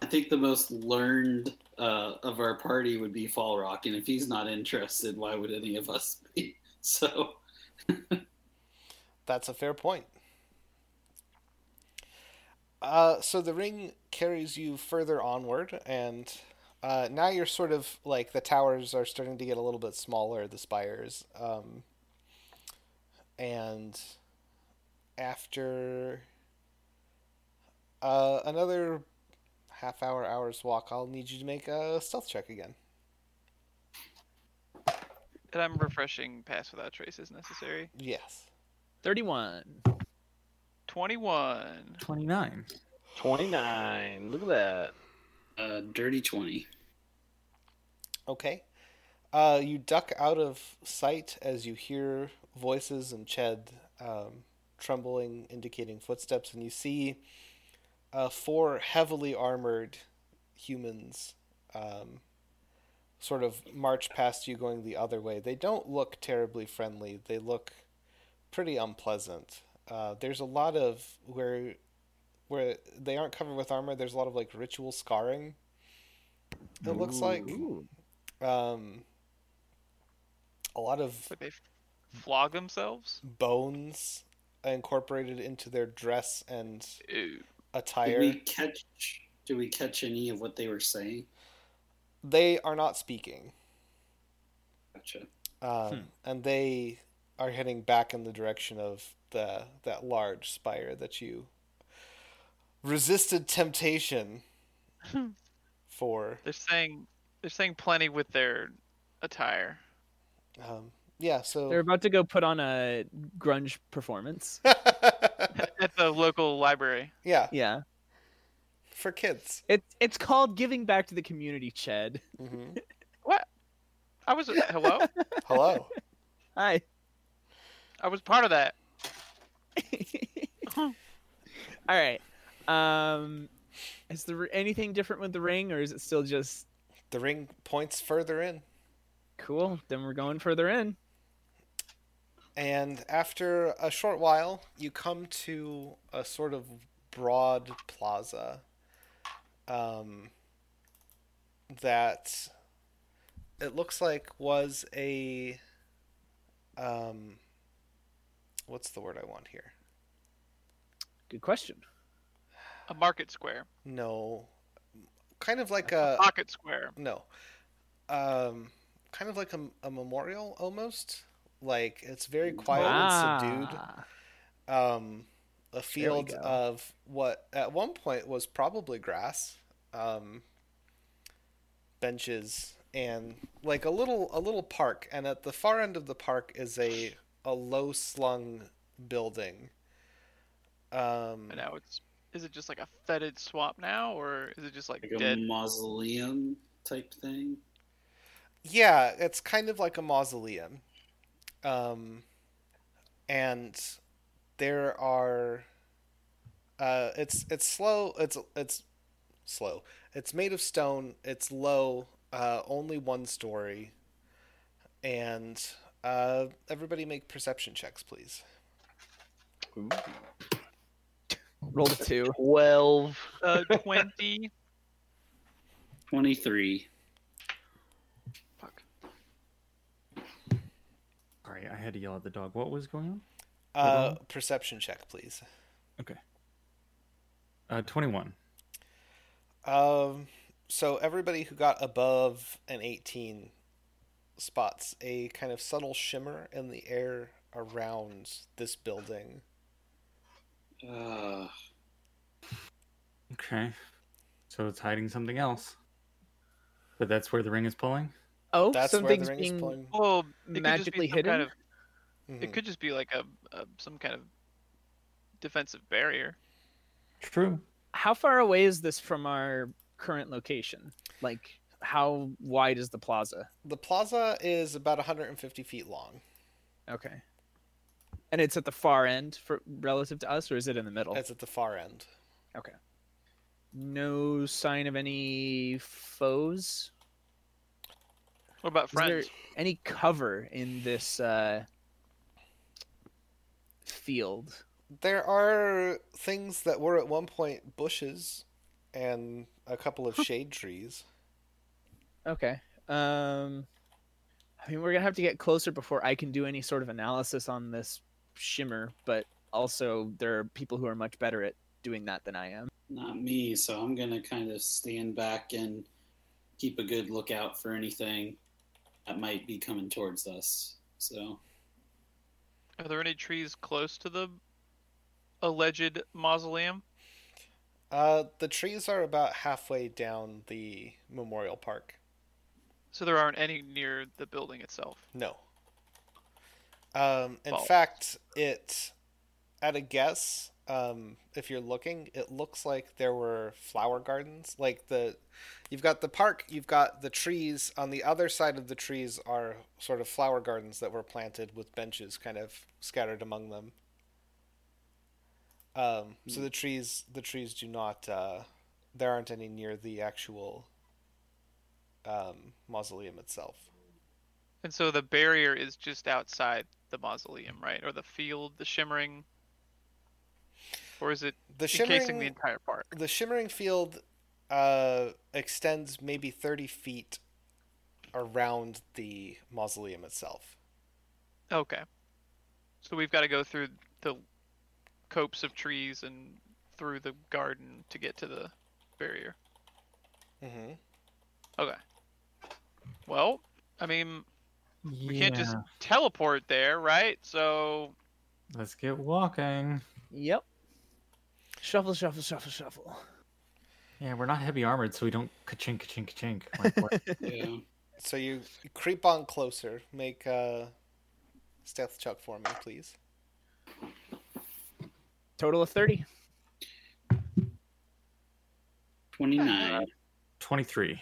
[SPEAKER 3] I think the most learned uh, of our party would be Fall Rock, and if he's not interested, why would any of us [LAUGHS] be? So
[SPEAKER 1] That's a fair point. Uh, so the ring carries you further onward, and uh, now you're sort of like the towers are starting to get a little bit smaller, the spires. Um, and after uh, another half hour, hour's walk, I'll need you to make a stealth check again.
[SPEAKER 4] And I'm refreshing pass without trace is necessary.
[SPEAKER 1] Yes.
[SPEAKER 5] 31.
[SPEAKER 4] 21.
[SPEAKER 6] 29.
[SPEAKER 2] 29. Look at that.
[SPEAKER 3] uh, dirty twenty.
[SPEAKER 1] Okay. Uh, you duck out of sight as you hear voices and Ched um, trembling, indicating footsteps, and you see uh, four heavily armored humans um, sort of march past you going the other way. They don't look terribly friendly, they look pretty unpleasant. Uh, there's a lot of where where they aren't covered with armor. There's a lot of like ritual scarring. It looks like um, a lot of
[SPEAKER 4] Would they f- flog themselves?
[SPEAKER 1] bones incorporated into their dress and
[SPEAKER 4] Ew.
[SPEAKER 1] attire.
[SPEAKER 3] Did we catch? Did we catch any of what they were saying?
[SPEAKER 1] They are not speaking,
[SPEAKER 3] Gotcha.
[SPEAKER 1] um, and they are heading back in the direction of the that large spire that you resisted temptation for.
[SPEAKER 4] They're saying they're saying plenty with their attire.
[SPEAKER 1] Um, yeah,
[SPEAKER 5] They're
[SPEAKER 1] so
[SPEAKER 5] about to go put on a grunge performance.
[SPEAKER 4] At the local library.
[SPEAKER 1] [LAUGHS] yeah,
[SPEAKER 5] Yeah.
[SPEAKER 1] for kids.
[SPEAKER 5] It, it's called Giving Back to the Community, Ched. [LAUGHS]
[SPEAKER 1] hmm
[SPEAKER 4] I was
[SPEAKER 3] [LAUGHS]
[SPEAKER 4] hello?
[SPEAKER 1] Hello.
[SPEAKER 5] Hi.
[SPEAKER 4] I was part of that.
[SPEAKER 5] All right. Um, is there anything different with the ring, or is it still just
[SPEAKER 1] the ring points further in.
[SPEAKER 5] cool? Then we're going further in.
[SPEAKER 1] And after a short while, you come to a sort of broad plaza um, that it looks like was a. Um, what's the word I want here?
[SPEAKER 5] Good question.
[SPEAKER 4] A market square.
[SPEAKER 1] No. Kind of like a.
[SPEAKER 4] Pocket square.
[SPEAKER 1] No. Um, kind of like a, a memorial almost. Like, it's very quiet and subdued.
[SPEAKER 5] Ah.
[SPEAKER 1] um, a field
[SPEAKER 5] go.
[SPEAKER 1] of what at one point was probably grass, um, benches, and like a little a little park. And at the far end of the park is a a low slung building. Um,
[SPEAKER 4] And now it's is it just like a fetid swamp now or is it just like,
[SPEAKER 3] Like a
[SPEAKER 4] dead?
[SPEAKER 3] mausoleum type thing.
[SPEAKER 1] Yeah, it's kind of like a mausoleum. Um, and there are uh it's it's slow, it's it's slow. It's made of stone, it's low, uh only one story. And uh everybody make perception checks, please.
[SPEAKER 5] Roll to two.
[SPEAKER 2] 12.
[SPEAKER 4] Uh,
[SPEAKER 3] [LAUGHS]
[SPEAKER 4] 20.
[SPEAKER 3] Twenty three.
[SPEAKER 4] Fuck.
[SPEAKER 6] Sorry, I had to yell at the dog. What was going on?
[SPEAKER 1] Uh
[SPEAKER 6] Hold
[SPEAKER 1] perception check, please.
[SPEAKER 6] Uh, 21.
[SPEAKER 1] Um, so everybody who got above an 18 spots a kind of subtle shimmer in the air around this building.
[SPEAKER 3] Uh,
[SPEAKER 6] Okay. So it's hiding something else. But that's where the ring is pulling?
[SPEAKER 5] Oh,
[SPEAKER 1] That's where the
[SPEAKER 5] something's
[SPEAKER 1] ring
[SPEAKER 5] being
[SPEAKER 1] is pulling.
[SPEAKER 4] Well, it
[SPEAKER 5] magically
[SPEAKER 4] could just be
[SPEAKER 5] hidden.
[SPEAKER 4] some Kind of,
[SPEAKER 1] Mhm.
[SPEAKER 4] It could just be like a, a some kind of defensive barrier.
[SPEAKER 6] True.
[SPEAKER 5] How far away is this from our current location? Like, how wide is the plaza?
[SPEAKER 1] The plaza is about 150 feet long.
[SPEAKER 5] Okay. And it's at the far end for relative to us, or is it in the middle?
[SPEAKER 1] It's at the far end.
[SPEAKER 5] No sign of any foes.
[SPEAKER 4] What about
[SPEAKER 5] Is there
[SPEAKER 4] friends?
[SPEAKER 5] any cover in this uh, field.
[SPEAKER 1] There are things that were at one point bushes and a couple of shade trees.
[SPEAKER 5] Okay. Um, I mean, we're gonna have to get closer before I can do any sort of analysis on this shimmer, but also there are people who are much better at doing that than I am.
[SPEAKER 3] Not me, so I'm gonna kind of stand back and keep a good lookout for anything that might be coming towards us. So
[SPEAKER 4] Are there any trees close to the alleged mausoleum?
[SPEAKER 1] Uh, the trees are about halfway down the memorial park.
[SPEAKER 4] So there aren't any near the building itself.
[SPEAKER 1] No. Um, in
[SPEAKER 4] Well-
[SPEAKER 1] fact, it, at a guess, um, if you're looking, it looks like there were flower gardens. Like the, you've got the park, you've got the trees. On the other side of the trees are sort of flower gardens that were planted with benches kind of scattered among them. Um, so the trees, the trees do not. Uh, there aren't any near the actual um, mausoleum itself.
[SPEAKER 4] And so the barrier is just outside the mausoleum, right? Or the field, the shimmering. Or is it
[SPEAKER 1] The
[SPEAKER 4] encasing
[SPEAKER 1] shimmering
[SPEAKER 4] the entire park?
[SPEAKER 1] the shimmering field uh, extends maybe 30 feet around the mausoleum itself
[SPEAKER 4] Okay. So we've got to go through the copes of trees and through the garden to get to the barrier.
[SPEAKER 1] mm-hmm.
[SPEAKER 4] Okay. Well, I mean, we can't just teleport there, right? So
[SPEAKER 6] Let's get walking.
[SPEAKER 5] Yep. Shuffle, shuffle, shuffle, shuffle.
[SPEAKER 6] Yeah, we're not heavy armored, so we don't ka-chink, ka-chink, ka-chink. Like, what-
[SPEAKER 4] [LAUGHS]
[SPEAKER 3] yeah.
[SPEAKER 1] so you creep on closer make a stealth check for me please
[SPEAKER 5] Total of thirty.
[SPEAKER 3] twenty nine.
[SPEAKER 6] 23.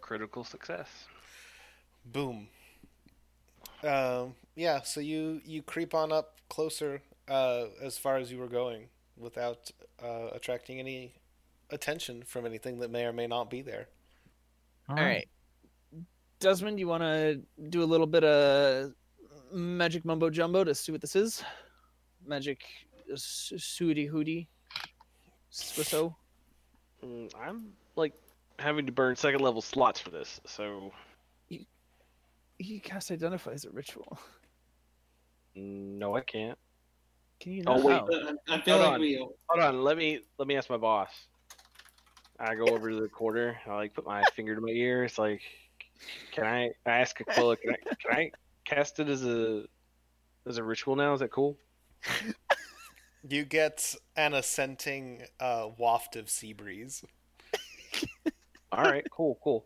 [SPEAKER 2] Critical success.
[SPEAKER 1] boom um, yeah so you you creep on up closer uh, as far as you were going without uh, attracting any attention from anything that may or may not be there
[SPEAKER 5] All right. Desmond, you want to do a little bit of magic mumbo jumbo to see what this is? Magic uh, sooty hooty. Swisso.
[SPEAKER 2] Mm, I'm like having to burn second level slots for this, so
[SPEAKER 5] He cast identify as a ritual.
[SPEAKER 2] no, I can't.
[SPEAKER 5] Can you
[SPEAKER 2] Oh,
[SPEAKER 5] not?
[SPEAKER 2] wait.
[SPEAKER 5] know?
[SPEAKER 3] uh, I I feel
[SPEAKER 2] Hold
[SPEAKER 3] like
[SPEAKER 2] on.
[SPEAKER 3] we
[SPEAKER 2] Hold on, let me let me ask my boss. I go over to the corner. I like put my finger to my ear. It's like, can I? I ask Aquila, can I, can I cast it as a as a ritual now? Is that cool?
[SPEAKER 1] You get an ascending uh, waft of sea breeze.
[SPEAKER 2] All right, cool, cool.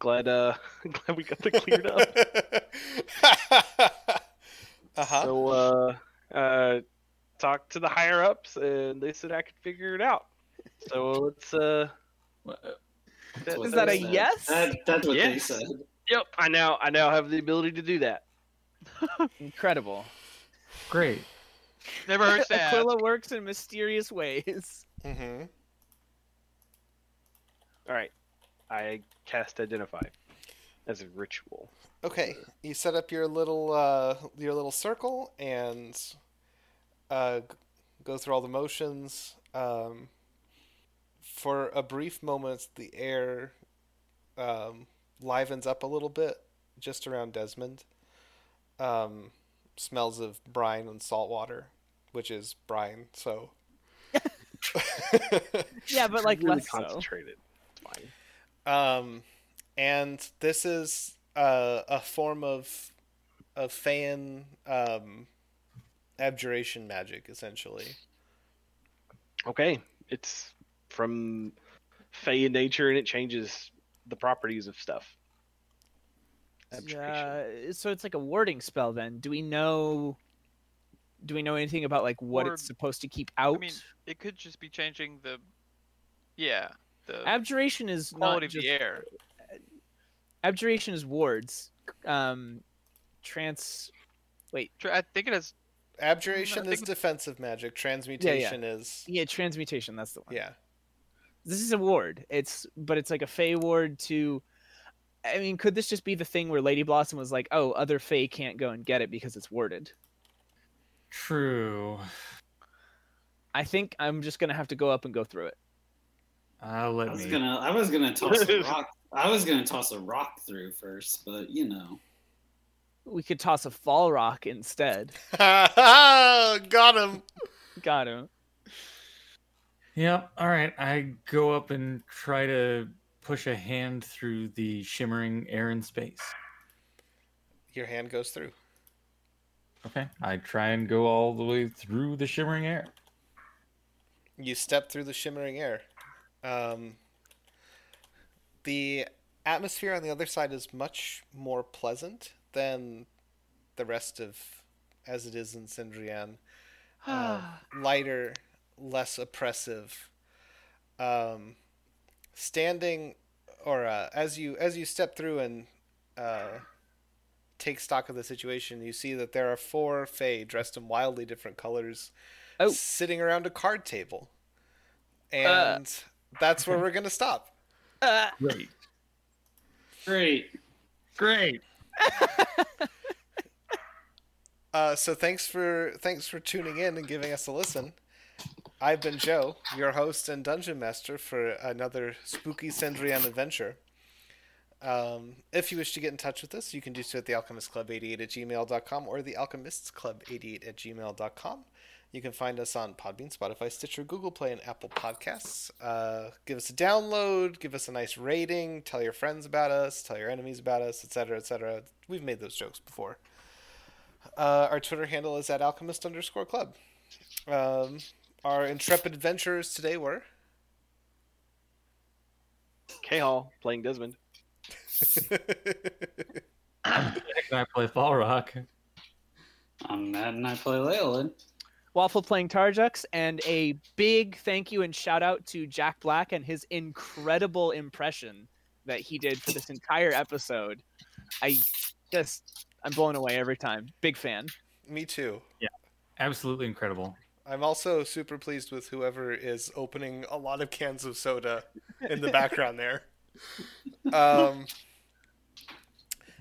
[SPEAKER 2] Glad uh, [LAUGHS] glad we got that cleared up.
[SPEAKER 1] [LAUGHS] uh-huh.
[SPEAKER 2] So uh, uh, talked to the higher ups, and they said I could figure it out. So let's uh.
[SPEAKER 3] That's what
[SPEAKER 5] Is that
[SPEAKER 3] they
[SPEAKER 5] a
[SPEAKER 3] said.
[SPEAKER 5] yes?
[SPEAKER 3] That, that's what
[SPEAKER 2] Yes.
[SPEAKER 3] they said.
[SPEAKER 2] Yep, I now I now have the ability to do that.
[SPEAKER 5] Incredible.
[SPEAKER 6] Great.
[SPEAKER 4] never hurts to
[SPEAKER 5] [LAUGHS]
[SPEAKER 4] ask.
[SPEAKER 5] Aquila works in
[SPEAKER 2] [LAUGHS]
[SPEAKER 5] mysterious ways.
[SPEAKER 1] hmm
[SPEAKER 2] All right, I cast Identify as a ritual.
[SPEAKER 1] Okay, you set up your little uh, your little circle and uh, g- go through all the motions. Um, for a brief moment, the air um, livens up a little bit just around Desmond. Um, smells of brine and salt water, which is brine. So. [LAUGHS]
[SPEAKER 5] Yeah, but like
[SPEAKER 2] really
[SPEAKER 5] less so.
[SPEAKER 2] concentrated. It's fine.
[SPEAKER 1] Um, and this is uh, a form of of fan um, abjuration magic, essentially.
[SPEAKER 2] Okay, it's from Fey in nature, and it changes the properties of stuff. Abjuration.
[SPEAKER 5] Yeah, so it's like a warding spell then. Do we know do we know anything about like what
[SPEAKER 4] Or-
[SPEAKER 5] it's supposed to keep out?
[SPEAKER 4] I mean, it could just be changing the, yeah, the
[SPEAKER 5] Abjuration is not
[SPEAKER 4] uh, quality of
[SPEAKER 5] just
[SPEAKER 4] the air.
[SPEAKER 5] Abjuration is wards. Um trans
[SPEAKER 4] Tr- I think it has.
[SPEAKER 1] Abjuration
[SPEAKER 4] Mm, I
[SPEAKER 1] is
[SPEAKER 4] think-
[SPEAKER 1] defensive magic. Transmutation is
[SPEAKER 5] yeah, transmutation, that's the one.
[SPEAKER 1] yeah. [LAUGHS]
[SPEAKER 5] This is a ward. It's but it's like a fey ward to I mean, could this just be the thing where Lady Blossom was like, "Oh, other fey can't go and get it because it's warded."
[SPEAKER 6] True.
[SPEAKER 5] I think I'm just gonna have to go up and go through it.
[SPEAKER 6] Uh,
[SPEAKER 3] I
[SPEAKER 6] let
[SPEAKER 3] was
[SPEAKER 6] me.
[SPEAKER 3] gonna I was gonna toss a rock I was gonna toss a rock through first, but you know.
[SPEAKER 5] We could toss a fall rock instead.
[SPEAKER 1] Got him.
[SPEAKER 5] Got him.
[SPEAKER 6] Yep. All right. I go up and try to push a hand through the shimmering air in space.
[SPEAKER 1] Your hand goes through.
[SPEAKER 6] Okay. I try and go all the way through the shimmering air. [CLEARS THROAT]
[SPEAKER 1] You step through the shimmering air. Um, the atmosphere on the other side is much more pleasant than the rest of, as it is in Sindrian. uh, lighter, less oppressive. Um, standing, or uh, as you as you step through and uh, take stock of the situation, you see that there are four Fae dressed in wildly different colors,
[SPEAKER 5] Oh.
[SPEAKER 1] sitting around a card table, and that's where we're gonna stop.
[SPEAKER 5] Uh,
[SPEAKER 6] Great.
[SPEAKER 3] Great.
[SPEAKER 6] Great.
[SPEAKER 1] Uh, so thanks for thanks for tuning in and giving us a listen. I've been Joe, your host and dungeon master for another spooky Sendrian adventure. Um, if you wish to get in touch with us, you can do so at thealchemistclub88 at gmail.com or thealchemistsclub88 at gmail.com. You can find us on Podbean, Spotify, Stitcher, Google Play, and Apple Podcasts. Uh, give us a download, give us a nice rating, tell your friends about us, tell your enemies about us, etc., etc. We've made those jokes before. Uh, our Twitter handle is at alchemist underscore club. Um, our intrepid adventurers today were
[SPEAKER 2] K Hall playing Desmond.
[SPEAKER 6] Can I play Fall Rock?
[SPEAKER 3] I'm mad and I play Leyland.
[SPEAKER 5] Waffle playing Tarjux, and a big thank you and shout out to Jack Black and his incredible impression that he did for this entire episode. I just, I'm blown away every time. Big fan.
[SPEAKER 1] me too.
[SPEAKER 6] Absolutely incredible.
[SPEAKER 1] I'm also super pleased with whoever is opening a lot of cans of soda in the background there. Um,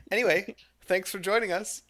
[SPEAKER 1] anyway, thanks for joining us.